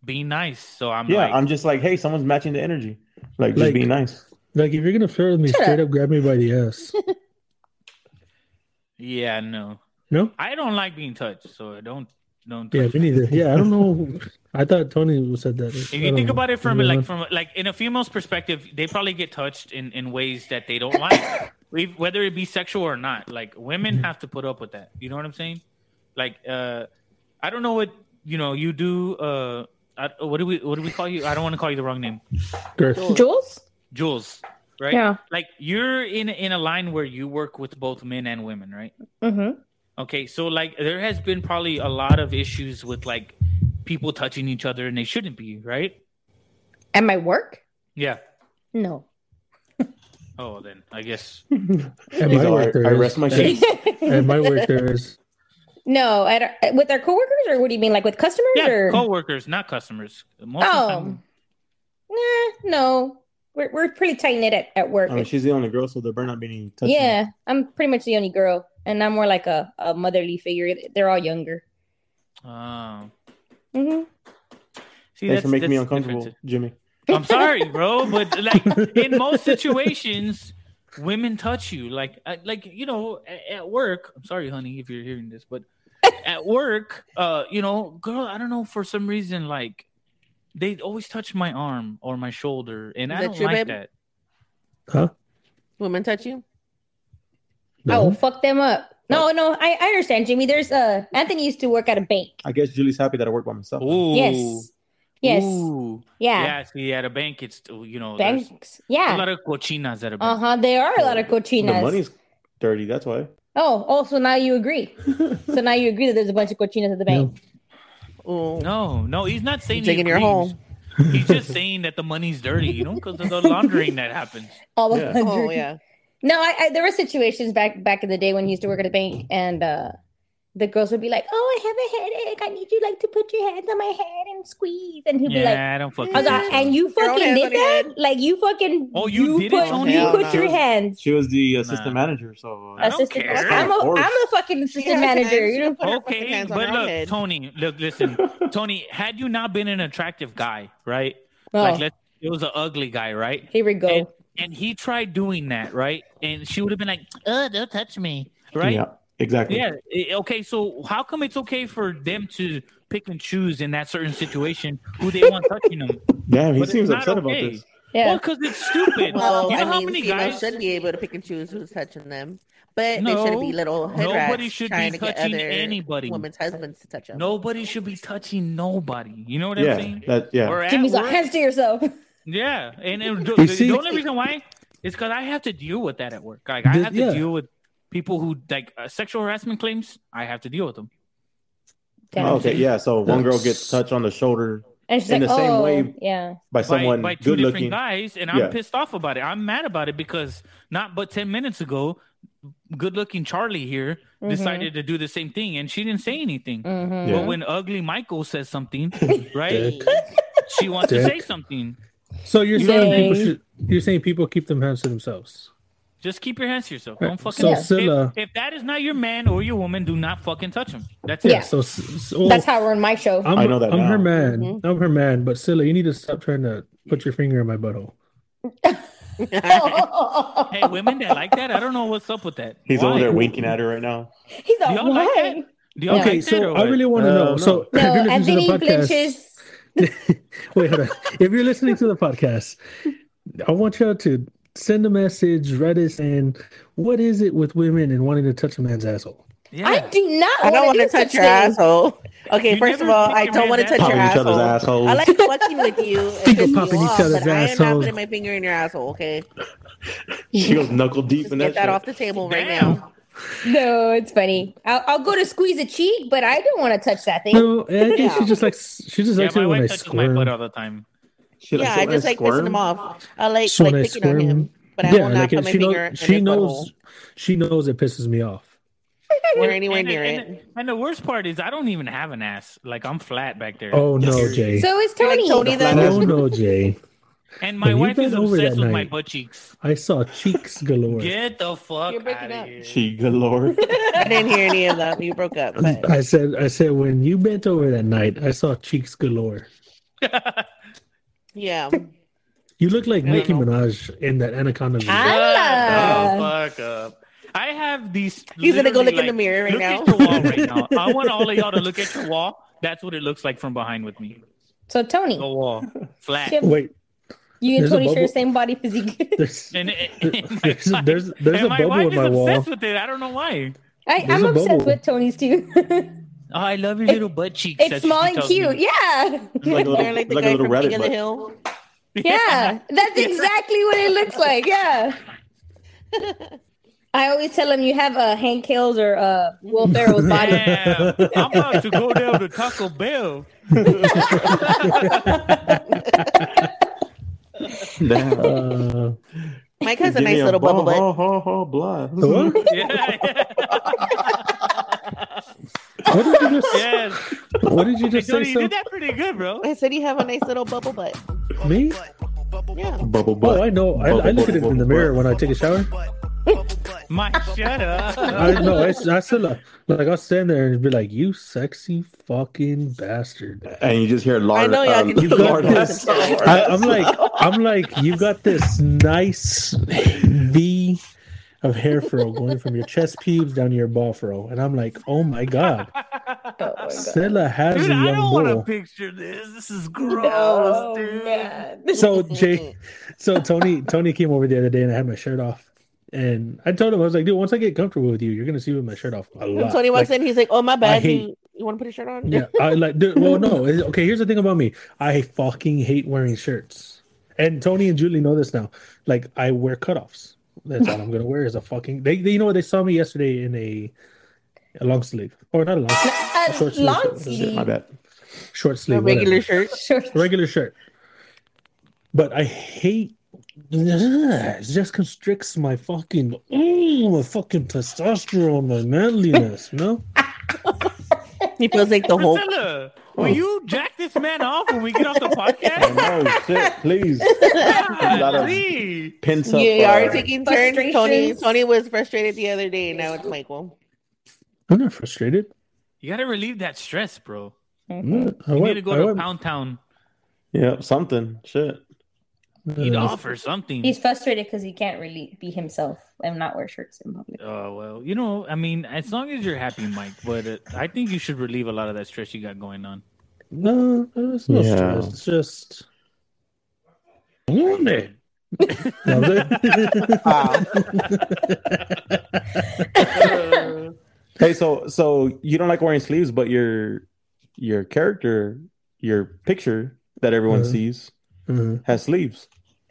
Speaker 5: being nice. So I'm
Speaker 2: Yeah,
Speaker 5: like,
Speaker 2: I'm just like, hey, someone's matching the energy. Like,
Speaker 4: Like-
Speaker 2: just be nice.
Speaker 4: Like if you're gonna flirt with me,
Speaker 6: Shut
Speaker 4: straight up grab me by the ass.
Speaker 5: yeah, no,
Speaker 4: No,
Speaker 5: I don't like being touched. So I don't, don't.
Speaker 4: yeah,
Speaker 5: touch
Speaker 4: me neither. Yeah, I don't know. I thought Tony said that.
Speaker 5: If you
Speaker 4: Um,
Speaker 5: think about it from like from like in a female's perspective, they probably get touched in in ways that they don't like, We've- whether it be sexual or not. Like women have to put up with that. You know what I'm saying? Like uh I don't know what you know. You do. uh I, What do we What do we call you? I don't want to call you the wrong name,
Speaker 4: Girth.
Speaker 3: Jules?
Speaker 5: Jules. Right?
Speaker 3: Yeah.
Speaker 5: Like you're in in a line where you work with both men and women, right?
Speaker 3: Mm-hmm.
Speaker 5: Okay, so like there has been probably a lot of issues with like people touching each other and they shouldn't be, right?
Speaker 3: At my work?
Speaker 5: Yeah.
Speaker 3: No.
Speaker 5: Oh, then I guess
Speaker 4: At
Speaker 2: He's
Speaker 4: my
Speaker 2: all,
Speaker 4: work,
Speaker 2: "I-
Speaker 4: there
Speaker 2: I
Speaker 4: is.
Speaker 2: rest my case.
Speaker 4: At my work, there is.
Speaker 3: no, at our, with our coworkers, or what do you mean, like with customers?
Speaker 5: Yeah,
Speaker 3: or
Speaker 5: coworkers, not customers. Most of the
Speaker 3: oh,
Speaker 5: time,
Speaker 3: nah, no, we're we're pretty tight knit at, at work.
Speaker 2: I mean, Oh, she's the only girl, so there better not be any touching.
Speaker 3: yeah, I'm pretty much the only girl, and I'm more like a, a motherly figure. They're all younger.
Speaker 5: oh.
Speaker 3: hmm
Speaker 2: Mm-hmm.
Speaker 5: see,
Speaker 2: Thanks
Speaker 5: that's,
Speaker 2: for making me
Speaker 5: that's
Speaker 2: uncomfortable,
Speaker 5: different.
Speaker 2: Jimmy.
Speaker 5: I'm sorry, bro, but like in most situations, women touch you. Like, I- like you know, at, at work. I'm sorry, honey, if you're hearing this, but at work, uh, you know, girl, I don't know for some reason, like they always touch my arm or my shoulder, and
Speaker 6: Is
Speaker 5: I
Speaker 6: that
Speaker 5: don't
Speaker 6: true, babe?
Speaker 5: like that.
Speaker 4: Huh?
Speaker 6: Women touch you.
Speaker 3: Oh,
Speaker 4: No.
Speaker 3: fuck them up. No, no, I, I understand, Jimmy. There's uh Anthony used to work at a bank.
Speaker 2: I guess Julie's happy that I work by myself.
Speaker 5: Ooh.
Speaker 3: Yes, yes,
Speaker 5: Ooh.
Speaker 3: yeah.
Speaker 5: Yeah. See, at a bank, it's you know, there's
Speaker 3: Banks,
Speaker 5: a
Speaker 3: yeah.
Speaker 5: lot of cochinas at a bank.
Speaker 3: Uh huh. There are a lot of
Speaker 2: the
Speaker 3: cochinas.
Speaker 2: money's dirty. That's why.
Speaker 3: Oh, oh, so now you agree. so now you agree that there's a bunch of cochinas at the bank.
Speaker 6: Oh,
Speaker 5: No, no, he's not saying
Speaker 6: digging your
Speaker 5: agrees.
Speaker 6: hole.
Speaker 5: He's just saying that the money's dirty, you know, because of the laundering that happens.
Speaker 3: All the
Speaker 2: Yeah.
Speaker 6: oh yeah.
Speaker 3: No, I, I there were situations back back in the day when he used to work at a bank, and uh, the girls would be like, "Oh, I have a headache. I need you like to put your hands on my head and squeeze," and he'd be like.
Speaker 5: Yeah, I don't fuck
Speaker 3: I was
Speaker 5: with
Speaker 3: like,
Speaker 5: that.
Speaker 3: and you
Speaker 6: Your own
Speaker 3: fucking
Speaker 6: hands
Speaker 3: did
Speaker 6: on your
Speaker 3: that?
Speaker 6: head.
Speaker 3: Like you fucking
Speaker 5: Oh, you did it,
Speaker 3: put,
Speaker 5: Tony?
Speaker 3: You put
Speaker 2: Hell
Speaker 3: your
Speaker 2: no.
Speaker 3: hands.
Speaker 2: She was the assistant
Speaker 5: Nah.
Speaker 2: manager, so uh,
Speaker 5: I don't
Speaker 3: Assistant,
Speaker 5: care.
Speaker 3: I'm a
Speaker 2: Of course.
Speaker 3: I'm a fucking
Speaker 6: Yeah,
Speaker 3: assistant manager.
Speaker 6: sometimes
Speaker 3: You
Speaker 6: she
Speaker 3: know?
Speaker 6: put her fucking
Speaker 5: okay,
Speaker 6: hands on
Speaker 5: but
Speaker 6: her
Speaker 5: look,
Speaker 6: head.
Speaker 5: Tony, look, listen, Tony, had you not been an attractive guy, right?
Speaker 3: Oh,
Speaker 5: Like, let's, it was an ugly guy, right?
Speaker 3: here we
Speaker 5: And,
Speaker 3: go.
Speaker 5: and he tried doing that, right? And she would have been like, "Uh, don't touch me," right?
Speaker 2: yeah, exactly.
Speaker 5: Yeah. i- Okay. So how come it's okay for them to pick and choose in that certain situation who they want touching them?
Speaker 2: Damn, he
Speaker 5: But it's
Speaker 2: seems
Speaker 5: not
Speaker 2: upset
Speaker 5: okay.
Speaker 2: about this.
Speaker 3: Yeah.
Speaker 5: Well, because it's stupid.
Speaker 6: Well,
Speaker 5: you know
Speaker 6: I
Speaker 5: how
Speaker 6: mean,
Speaker 5: many
Speaker 6: females
Speaker 5: guys
Speaker 6: should be able to pick and choose who's touching them, but they
Speaker 5: No.
Speaker 6: shouldn't be little head
Speaker 5: Nobody
Speaker 6: rats
Speaker 5: should be
Speaker 6: trying to get
Speaker 5: touching
Speaker 6: other
Speaker 5: anybody.
Speaker 6: women's husbands to touch them.
Speaker 5: Nobody should be touching nobody. You know what I'm
Speaker 2: Yeah,
Speaker 5: saying?
Speaker 2: that yeah.
Speaker 5: Or at
Speaker 3: Jimmy's like,
Speaker 5: work.
Speaker 3: hands to
Speaker 2: Oh.
Speaker 3: yourself.
Speaker 5: yeah, and, and the, the-
Speaker 4: You see-
Speaker 5: the only reason why is because I have to deal with that at work. Like I
Speaker 4: Th-
Speaker 5: have to
Speaker 4: yeah.
Speaker 5: deal with people who like uh, sexual harassment claims. I have to deal with them.
Speaker 3: Yeah.
Speaker 2: Oh, okay, yeah. So one girl
Speaker 4: That's-
Speaker 2: gets touched on the shoulder
Speaker 3: And she's
Speaker 2: In
Speaker 3: like,
Speaker 2: the same
Speaker 3: oh,
Speaker 2: way-
Speaker 3: yeah.
Speaker 2: by
Speaker 5: by-
Speaker 2: someone
Speaker 5: by, two
Speaker 2: good
Speaker 5: different
Speaker 2: looking.
Speaker 5: guys, and I'm
Speaker 2: Yeah.
Speaker 5: pissed off about it. I'm mad about it because not but ten minutes ago, good looking Charlie here
Speaker 3: Mm-hmm.
Speaker 5: decided to do the same thing, and she didn't say anything.
Speaker 3: Mhm.
Speaker 2: Yeah.
Speaker 5: But when ugly Michael says something, right,
Speaker 4: Dick.
Speaker 5: she wants to say
Speaker 4: Dick.
Speaker 5: something.
Speaker 4: So you're
Speaker 3: You
Speaker 4: saying
Speaker 3: know-
Speaker 4: people should, you're saying people keep them hands to themselves.
Speaker 5: Just keep your hands to yourself.
Speaker 4: Right.
Speaker 5: Don't fucking.
Speaker 4: So, uh,
Speaker 5: if-
Speaker 4: Scylla-
Speaker 5: if, that is not your man or your woman, do not fucking touch him. That's
Speaker 3: Yeah.
Speaker 5: it.
Speaker 4: So, s- so
Speaker 3: That's how Mm-hmm. we're on my show.
Speaker 4: I'm,
Speaker 2: I know that
Speaker 4: I'm her
Speaker 2: now.
Speaker 4: man. I'm her man. But Scylla, you need to stop trying to put your finger in my butthole.
Speaker 5: Hey, women that like that, I don't know what's up with that.
Speaker 2: He's
Speaker 5: Why?
Speaker 2: over there winking at her right now.
Speaker 3: He's like,
Speaker 5: Y'all like
Speaker 3: why?
Speaker 5: that? Do y'all
Speaker 3: Yeah.
Speaker 5: like
Speaker 4: Okay,
Speaker 5: that or
Speaker 4: so I
Speaker 5: what?
Speaker 4: really want to
Speaker 2: Uh,
Speaker 4: know.
Speaker 2: no.
Speaker 4: So
Speaker 3: No,
Speaker 4: if you're listening to
Speaker 3: Anthony
Speaker 4: the podcast,
Speaker 3: flinches.
Speaker 4: Wait, hold on. If you're listening to the podcast, I want y'all to send a message, write us, and what is it with women and wanting to touch a man's asshole?
Speaker 5: Yeah.
Speaker 3: I do not
Speaker 6: I don't
Speaker 3: want to
Speaker 6: touch your
Speaker 3: ass.
Speaker 6: asshole. Okay,
Speaker 5: You
Speaker 6: first of
Speaker 5: never
Speaker 6: all,
Speaker 5: pick
Speaker 6: I
Speaker 5: your
Speaker 6: don't want to
Speaker 5: man's
Speaker 6: touch your
Speaker 2: Popping each other's assholes.
Speaker 6: asshole. I like fucking with you. and
Speaker 4: Finger
Speaker 6: piss you
Speaker 4: popping each
Speaker 6: off,
Speaker 4: other's
Speaker 6: but I am not
Speaker 4: assholes.
Speaker 6: putting my finger in your asshole. Okay,
Speaker 2: she goes knuckle deep
Speaker 6: just
Speaker 2: in
Speaker 6: get
Speaker 2: that,
Speaker 6: that
Speaker 2: shit.
Speaker 6: off the table right
Speaker 5: Damn.
Speaker 6: now.
Speaker 3: No, it's funny. I'll, I'll go to squeeze a cheek, but I don't want to touch that thing.
Speaker 4: No, I think she just likes she just
Speaker 5: yeah,
Speaker 4: likes
Speaker 5: my
Speaker 4: it when I
Speaker 5: wife touches my
Speaker 4: squirm.
Speaker 5: butt all the time.
Speaker 2: She
Speaker 6: yeah,
Speaker 2: likes
Speaker 6: I
Speaker 2: it when
Speaker 6: just like pissing him
Speaker 2: squirm.
Speaker 6: off. I like
Speaker 4: So when
Speaker 6: like
Speaker 4: I
Speaker 6: picking on
Speaker 4: squirm-
Speaker 6: him, but I
Speaker 4: yeah,
Speaker 6: will not
Speaker 4: like
Speaker 6: put
Speaker 4: if
Speaker 6: my
Speaker 4: she
Speaker 6: finger
Speaker 4: knows
Speaker 6: in
Speaker 4: she
Speaker 6: his
Speaker 4: knows she knows it pisses me off.
Speaker 6: butthole or anywhere
Speaker 5: and,
Speaker 6: near
Speaker 5: and,
Speaker 6: it.
Speaker 5: And the worst part is I don't even have an ass. Like I'm flat back there.
Speaker 4: Oh no,
Speaker 5: Serious.
Speaker 4: Jay.
Speaker 3: So is
Speaker 6: You're like
Speaker 3: Tony.
Speaker 6: Tony then?
Speaker 4: Oh no, Jay.
Speaker 5: And
Speaker 4: Have
Speaker 5: my
Speaker 4: you
Speaker 5: wife is
Speaker 4: been over
Speaker 5: obsessed
Speaker 4: that
Speaker 5: with my
Speaker 4: night?
Speaker 5: butt cheeks.
Speaker 4: I saw cheeks galore.
Speaker 5: Get the fuck
Speaker 6: You're breaking
Speaker 5: out
Speaker 6: up.
Speaker 5: of here.
Speaker 2: She galore.
Speaker 6: I didn't hear any of that. You broke up. But
Speaker 4: I said I said when you bent over that night, I saw cheeks galore.
Speaker 6: yeah,
Speaker 4: You look like
Speaker 5: I don't
Speaker 4: Nicki
Speaker 5: know.
Speaker 4: Minaj in that Anaconda video.
Speaker 3: I- Ah.
Speaker 5: Shut the fuck up. I have these.
Speaker 6: he's gonna go look in
Speaker 5: literally,
Speaker 6: the mirror right
Speaker 5: like,
Speaker 6: now.
Speaker 5: Look at your wall right now. I want all of y'all to look at your wall. That's what it looks like from behind with me.
Speaker 3: So Tony,
Speaker 5: The wall, flat.
Speaker 3: Shit.
Speaker 4: Wait,
Speaker 3: you and
Speaker 4: There's a
Speaker 3: Tony share
Speaker 4: bubble.
Speaker 3: the same body physique.
Speaker 4: there's
Speaker 5: And,
Speaker 4: there's there's, there's
Speaker 5: and
Speaker 4: a
Speaker 5: my
Speaker 4: bubble
Speaker 5: wife
Speaker 4: in
Speaker 5: is
Speaker 4: my wall.
Speaker 5: obsessed with it. I don't know why.
Speaker 3: I,
Speaker 4: There's
Speaker 3: I'm
Speaker 4: a
Speaker 3: obsessed
Speaker 4: bubble.
Speaker 3: with Tony's too.
Speaker 5: Oh, I love your
Speaker 3: It-
Speaker 5: little butt cheeks.
Speaker 3: it's
Speaker 5: That's
Speaker 3: small
Speaker 5: what she
Speaker 3: and cute.
Speaker 5: tells me.
Speaker 3: Yeah.
Speaker 2: It's like a
Speaker 6: You're
Speaker 2: little,
Speaker 6: like
Speaker 2: like
Speaker 6: the
Speaker 2: a
Speaker 6: guy
Speaker 2: little
Speaker 6: from King
Speaker 2: rabbit
Speaker 6: of the
Speaker 2: butt.
Speaker 6: Hill.
Speaker 3: Yeah, that's exactly what it looks like. Yeah. I always tell him you have uh, Hank Hill's or uh, Will Ferrell's body. Oh
Speaker 5: Damn, I'm about to go down to Taco Bell.
Speaker 2: Nah.
Speaker 4: Uh,
Speaker 6: Mike has a
Speaker 2: Give me
Speaker 6: nice little bubble butt.
Speaker 2: Ho, ho, ho, blah.
Speaker 4: what? what
Speaker 5: Yeah.
Speaker 4: did you just
Speaker 5: yes.
Speaker 4: What did you
Speaker 5: Hey,
Speaker 4: just
Speaker 5: Tony,
Speaker 4: say?
Speaker 5: you
Speaker 4: So?
Speaker 5: did that pretty good, bro.
Speaker 6: I said you have a nice little bubble butt.
Speaker 4: Me?
Speaker 6: Yeah.
Speaker 2: Bubble butt.
Speaker 4: Oh, I know. I, I look at it in the mirror when I take a shower.
Speaker 5: Mike, shut
Speaker 4: I
Speaker 5: up.
Speaker 4: know. I, I still uh, like I'll stand there and be like, "You sexy fucking bastard."
Speaker 2: And you just hear lard.
Speaker 6: I know y'all
Speaker 2: um,
Speaker 6: can do
Speaker 2: lard
Speaker 4: that.
Speaker 2: ass.
Speaker 4: I, I'm like, I'm like, you got this nice V of hair furrow going from your chest pubes down to your ball furrow, and I'm like, oh my god,
Speaker 3: Oh my God.
Speaker 4: Scylla has
Speaker 5: Dude,
Speaker 4: a
Speaker 5: I don't
Speaker 4: young
Speaker 5: want to
Speaker 4: bull.
Speaker 5: picture this. This is gross,
Speaker 3: Oh,
Speaker 5: dude.
Speaker 3: man.
Speaker 4: So Jay, so Tony, Tony came over the other day, and I had my shirt off. And I told him, I was like, dude, once I get comfortable with you, you're gonna see me with my shirt off a
Speaker 6: And
Speaker 4: lot.
Speaker 6: Tony walks
Speaker 4: Like,
Speaker 6: in. He's like, "Oh my bad.
Speaker 4: hate-
Speaker 6: You, you want to put a shirt on?"
Speaker 4: Yeah, I like. Dude, well, no. it- Okay, here's the thing about me. I fucking hate wearing shirts. And Tony and Julie know this now. Like, I wear cutoffs. That's all I'm gonna wear is a fucking. They, they you know what? They saw me yesterday in a, a long sleeve or not a long, sleeve,
Speaker 3: A
Speaker 4: short sleeve,
Speaker 3: long
Speaker 4: short sleeve.
Speaker 3: sleeve.
Speaker 2: My bad.
Speaker 4: short
Speaker 6: A
Speaker 4: sleeve,
Speaker 6: regular
Speaker 4: regular,
Speaker 6: shirt.
Speaker 3: Short.
Speaker 4: regular shirt. But I hate. It just constricts my fucking, ooh, my fucking testosterone, my manliness. You know?
Speaker 6: He feels like the whole.
Speaker 5: Priscilla,
Speaker 4: oh.
Speaker 5: will you jack this man off when we get off the podcast? Ah,
Speaker 2: Oh, no, shit, please. lot of-
Speaker 5: Golly.
Speaker 2: Pins
Speaker 6: You
Speaker 2: up.
Speaker 6: are
Speaker 2: uh,
Speaker 6: taking turns. Tony,
Speaker 3: Frustrations.
Speaker 6: Tony was frustrated the other day. Now it's Michael.
Speaker 4: I'm not frustrated.
Speaker 5: You gotta relieve that stress, bro.
Speaker 4: I'm
Speaker 3: Mm-hmm.
Speaker 2: Mm.
Speaker 4: not- I
Speaker 5: You need
Speaker 4: went-
Speaker 5: to go
Speaker 4: I
Speaker 5: to
Speaker 4: went-
Speaker 5: Pound Town.
Speaker 2: yeah, something. Shit.
Speaker 5: Eat
Speaker 4: uh,
Speaker 5: off or something.
Speaker 3: He's frustrated because he can't really be himself and not wear shirts in public.
Speaker 5: Oh well, you know, I mean, as long as you're happy, Mike. But uh, I think you should relieve a lot of that stress you got going on.
Speaker 4: No, it's no
Speaker 2: Yeah.
Speaker 4: stress. It's just lonely. No, I'm just-
Speaker 2: Ah. Hey, so so you don't like wearing sleeves, but your your character, your picture that everyone
Speaker 4: Mhm.
Speaker 5: Uh-huh.
Speaker 2: sees
Speaker 4: Mhm.
Speaker 2: has sleeves.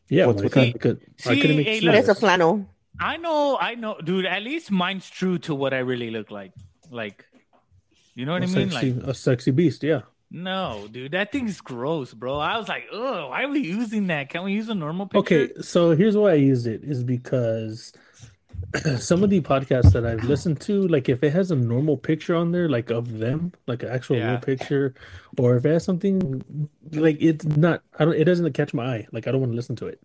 Speaker 4: Yeah,
Speaker 2: What's
Speaker 4: well, I
Speaker 2: with
Speaker 4: couldn't-
Speaker 5: that?
Speaker 4: could- I
Speaker 5: See,
Speaker 4: couldn't make
Speaker 5: hey, look,
Speaker 4: sense.
Speaker 6: That's a flannel.
Speaker 5: I know, I know, dude. At least mine's true to what I really look like. Like, you know what I
Speaker 4: a
Speaker 5: mean?
Speaker 4: sexy,
Speaker 5: Like,
Speaker 4: a sexy beast. Yeah,
Speaker 5: no, dude, that thing's gross, bro. I was like, oh, why are we using that? Can we use a normal picture?
Speaker 4: Okay, so here's why I used it is because some of the podcasts that I've listened to, like if it has a normal picture on there, like of them, like an actual real
Speaker 5: Yeah.
Speaker 4: picture, or if it has something like it's not, I don't, it doesn't catch my eye. Like I don't want to listen to it.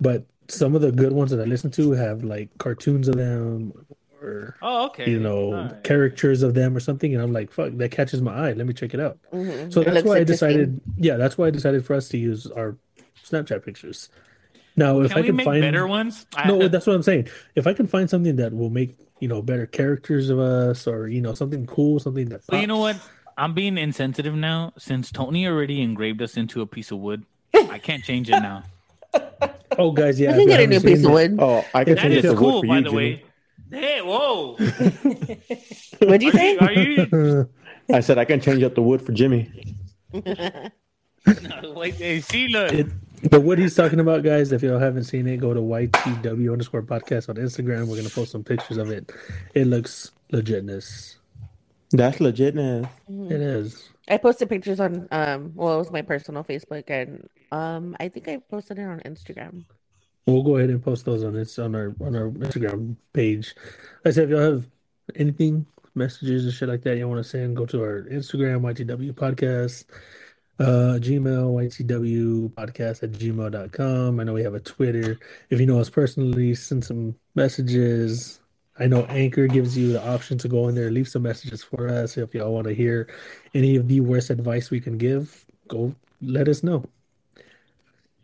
Speaker 4: But some of the good ones that I listen to have like cartoons of them or
Speaker 5: Oh, okay.
Speaker 4: you know
Speaker 5: Alright.
Speaker 4: characters of them or something, and I'm like, fuck, that catches my eye. Let me check it out.
Speaker 6: Mhm.
Speaker 4: So
Speaker 6: It
Speaker 4: that's
Speaker 6: looks
Speaker 4: why I
Speaker 6: interesting.
Speaker 4: decided. Yeah, that's why I decided for us to use our Snapchat pictures. Now, if
Speaker 5: Can
Speaker 4: I
Speaker 5: we
Speaker 4: can
Speaker 5: make
Speaker 4: find
Speaker 5: better ones? I-
Speaker 4: no, that's what I'm saying. If I can find something that will make you know better characters of us, or you know something cool, something that
Speaker 5: Well, you know what?
Speaker 4: pops,
Speaker 5: I'm being insensitive now since Tony already engraved us into a piece of wood. I can't change it now.
Speaker 4: Oh, guys, yeah.
Speaker 6: I
Speaker 4: if
Speaker 6: can
Speaker 4: you
Speaker 6: get a
Speaker 4: haven't
Speaker 6: new piece
Speaker 4: seen
Speaker 6: of
Speaker 4: it-
Speaker 6: wood.
Speaker 2: Oh, I can
Speaker 5: That
Speaker 4: That
Speaker 2: change it
Speaker 5: is
Speaker 2: to wood
Speaker 5: cool,
Speaker 2: for
Speaker 5: by
Speaker 2: you,
Speaker 5: the
Speaker 2: Jimmy.
Speaker 5: way. Hey, whoa!
Speaker 6: What'd you
Speaker 5: Are you,
Speaker 6: say?
Speaker 5: are you
Speaker 2: I said I can change up the wood for Jimmy.
Speaker 5: no, wait, hey, Sheila?
Speaker 4: It- But what he's talking about, guys, if y'all haven't seen it, go to YTW underscore podcast on Instagram. We're gonna post some pictures of it. It looks legitness.
Speaker 2: That's legitness.
Speaker 4: It is.
Speaker 6: I posted pictures on um well it was my personal Facebook and um I think I posted it on Instagram.
Speaker 4: We'll go ahead and post those on it's on our on our Instagram page. Like I said if y'all have anything, messages and shit like that you want to send, go to our Instagram, YTW podcast, uh Gmail, YTW podcast at gmail.com. I know we have a Twitter. If you know us personally, send some messages. I know Anchor gives you the option to go in there, leave some messages for us. If y'all want to hear any of the worst advice we can give, go let us know.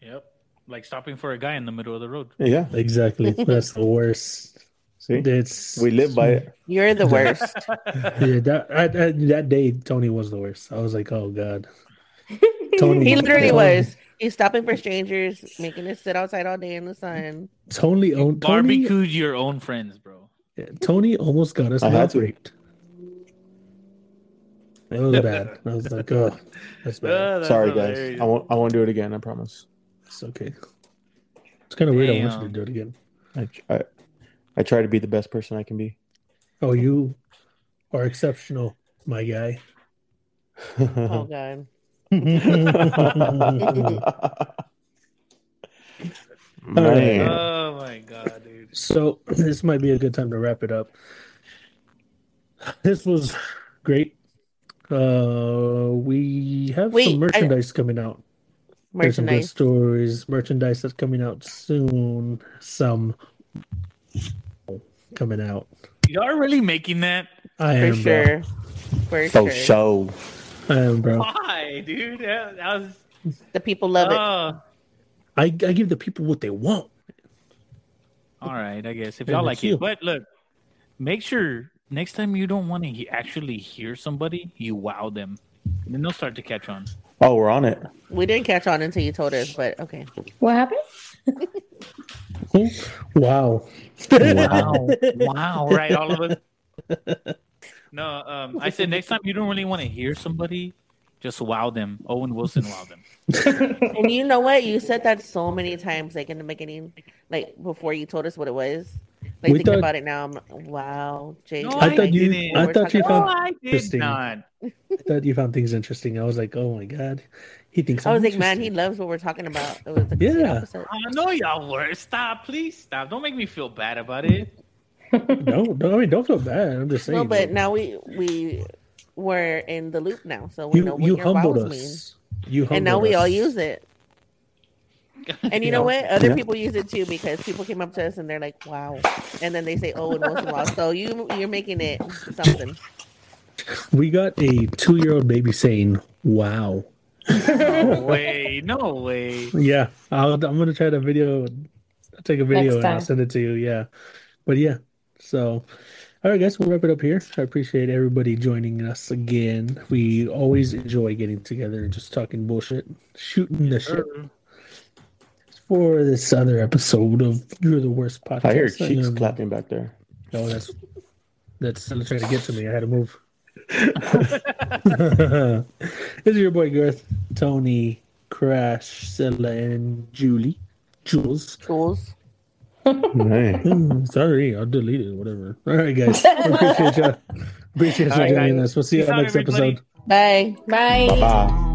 Speaker 5: Yep, like stopping for a guy in the middle of the road.
Speaker 2: Yeah.
Speaker 4: Exactly. That's the worst.
Speaker 2: See,
Speaker 4: It's
Speaker 2: we live by it.
Speaker 6: You're the worst.
Speaker 4: Yeah, that I, I, that day Tony was the worst. I was like, oh god, Tony.
Speaker 6: he literally
Speaker 4: Tony-
Speaker 6: was. He's stopping for strangers, making us sit outside all day in the sun.
Speaker 4: Tony. Owned, Tony,
Speaker 5: Barbecued your own friends, bro.
Speaker 4: Tony almost got us
Speaker 2: I had
Speaker 4: mouth
Speaker 2: to.
Speaker 4: raped. It was bad. I was like, oh, that's bad.
Speaker 2: Sorry, guys. I won't. I won't do it again. I promise.
Speaker 4: It's okay. It's kind of weird. I want you
Speaker 5: Damn.
Speaker 4: to do it again.
Speaker 2: I, I I try to be the best person I can be.
Speaker 4: Oh, you are exceptional, my guy.
Speaker 6: Oh
Speaker 4: Uh-huh.
Speaker 6: god.
Speaker 2: Man.
Speaker 5: Oh my god, dude.
Speaker 4: So this might be a good time to wrap it up. This was great. Uh, we have
Speaker 6: Wait, I-
Speaker 4: some merchandise coming out. There's some good
Speaker 6: Merchandise.
Speaker 4: stories. Merchandise that's coming out soon. Some coming out.
Speaker 5: Y'all are really making that?
Speaker 4: I
Speaker 6: For
Speaker 4: am
Speaker 6: sure. For
Speaker 2: So
Speaker 6: sure.
Speaker 2: show.
Speaker 4: bro. I am bro.
Speaker 5: Why, dude? That, that was.
Speaker 6: The people love it.
Speaker 5: uh,
Speaker 4: I, I give the people what they want.
Speaker 5: all right, I guess if
Speaker 4: And
Speaker 5: y'all
Speaker 4: the
Speaker 5: like
Speaker 4: cue.
Speaker 5: it, but look, make sure next time you don't want to he- actually hear somebody, you wow them. Then they'll start to catch on.
Speaker 2: Oh, we're on it.
Speaker 6: We didn't catch on until you told us, but okay.
Speaker 3: What happened?
Speaker 4: Wow.
Speaker 5: Wow, wow, right? All of us. No, um, I said next time you don't really want to hear somebody, just wow them. Owen Wilson, wow them.
Speaker 6: And you know what? You said that so many times, like in the beginning, like before you told us what it was. Like
Speaker 4: We
Speaker 6: thinking
Speaker 4: thought-
Speaker 6: about it now, I'm like, wow, Jay.
Speaker 5: No,
Speaker 6: like,
Speaker 5: I thought you-
Speaker 6: didn't.
Speaker 4: I
Speaker 6: We're
Speaker 4: thought you
Speaker 6: talking
Speaker 4: found-
Speaker 6: about-
Speaker 5: Oh, I did
Speaker 4: Interesting.
Speaker 5: not.
Speaker 4: I thought you found things interesting. I was like, oh my god, he thinks.
Speaker 6: I
Speaker 4: I'm
Speaker 6: was like, man, he
Speaker 4: interesting.
Speaker 6: loves what we're talking about. It was the
Speaker 4: Yeah.
Speaker 6: opposite.
Speaker 5: I know y'all were. Stop, please stop. Don't make me feel bad about it.
Speaker 4: No, no, I mean, don't feel bad. I'm just saying.
Speaker 6: No,
Speaker 4: bro.
Speaker 6: but now we we were in the loop now, so we know
Speaker 4: you
Speaker 6: what
Speaker 4: you
Speaker 6: your
Speaker 4: humbled
Speaker 6: wows
Speaker 4: us.
Speaker 6: mean.
Speaker 4: You humbled
Speaker 6: And now we all
Speaker 4: us.
Speaker 6: use it. And you know
Speaker 4: Yeah.
Speaker 6: what? Other
Speaker 2: Yeah.
Speaker 6: people use it too because people came up to us and they're like, "Wow," and then they say, "Oh, and most of all." So you you're making it something.
Speaker 4: We got a two-year-old baby saying, "Wow."
Speaker 5: No way. No way.
Speaker 4: Yeah, I'll, I'm gonna try to video. I'll take a video
Speaker 3: Next
Speaker 4: and I'll
Speaker 3: time.
Speaker 4: send it to you. Yeah, but yeah. So, all right, guys, we'll wrap it up here. I appreciate everybody joining us again. We always enjoy getting together and just talking bullshit, shooting the shit. For this other episode of You're the Worst Podcast,
Speaker 2: I hear cheeks
Speaker 4: Um,
Speaker 2: clapping back there.
Speaker 4: Oh, that's that's still trying to get to me. I had to move. this is your boy Garth, Tony, Crash, Silla, and Julie. Jules.
Speaker 6: Tools.
Speaker 2: Man.
Speaker 4: Hmm, sorry, I'll delete it. Whatever. All right, guys. Appreciate you. Appreciate you
Speaker 5: All right,
Speaker 4: joining
Speaker 5: guys.
Speaker 4: us. We'll see you
Speaker 5: Peace
Speaker 4: on
Speaker 5: out,
Speaker 4: next
Speaker 5: everybody.
Speaker 4: episode.
Speaker 6: Bye.
Speaker 3: Bye.
Speaker 2: Bye.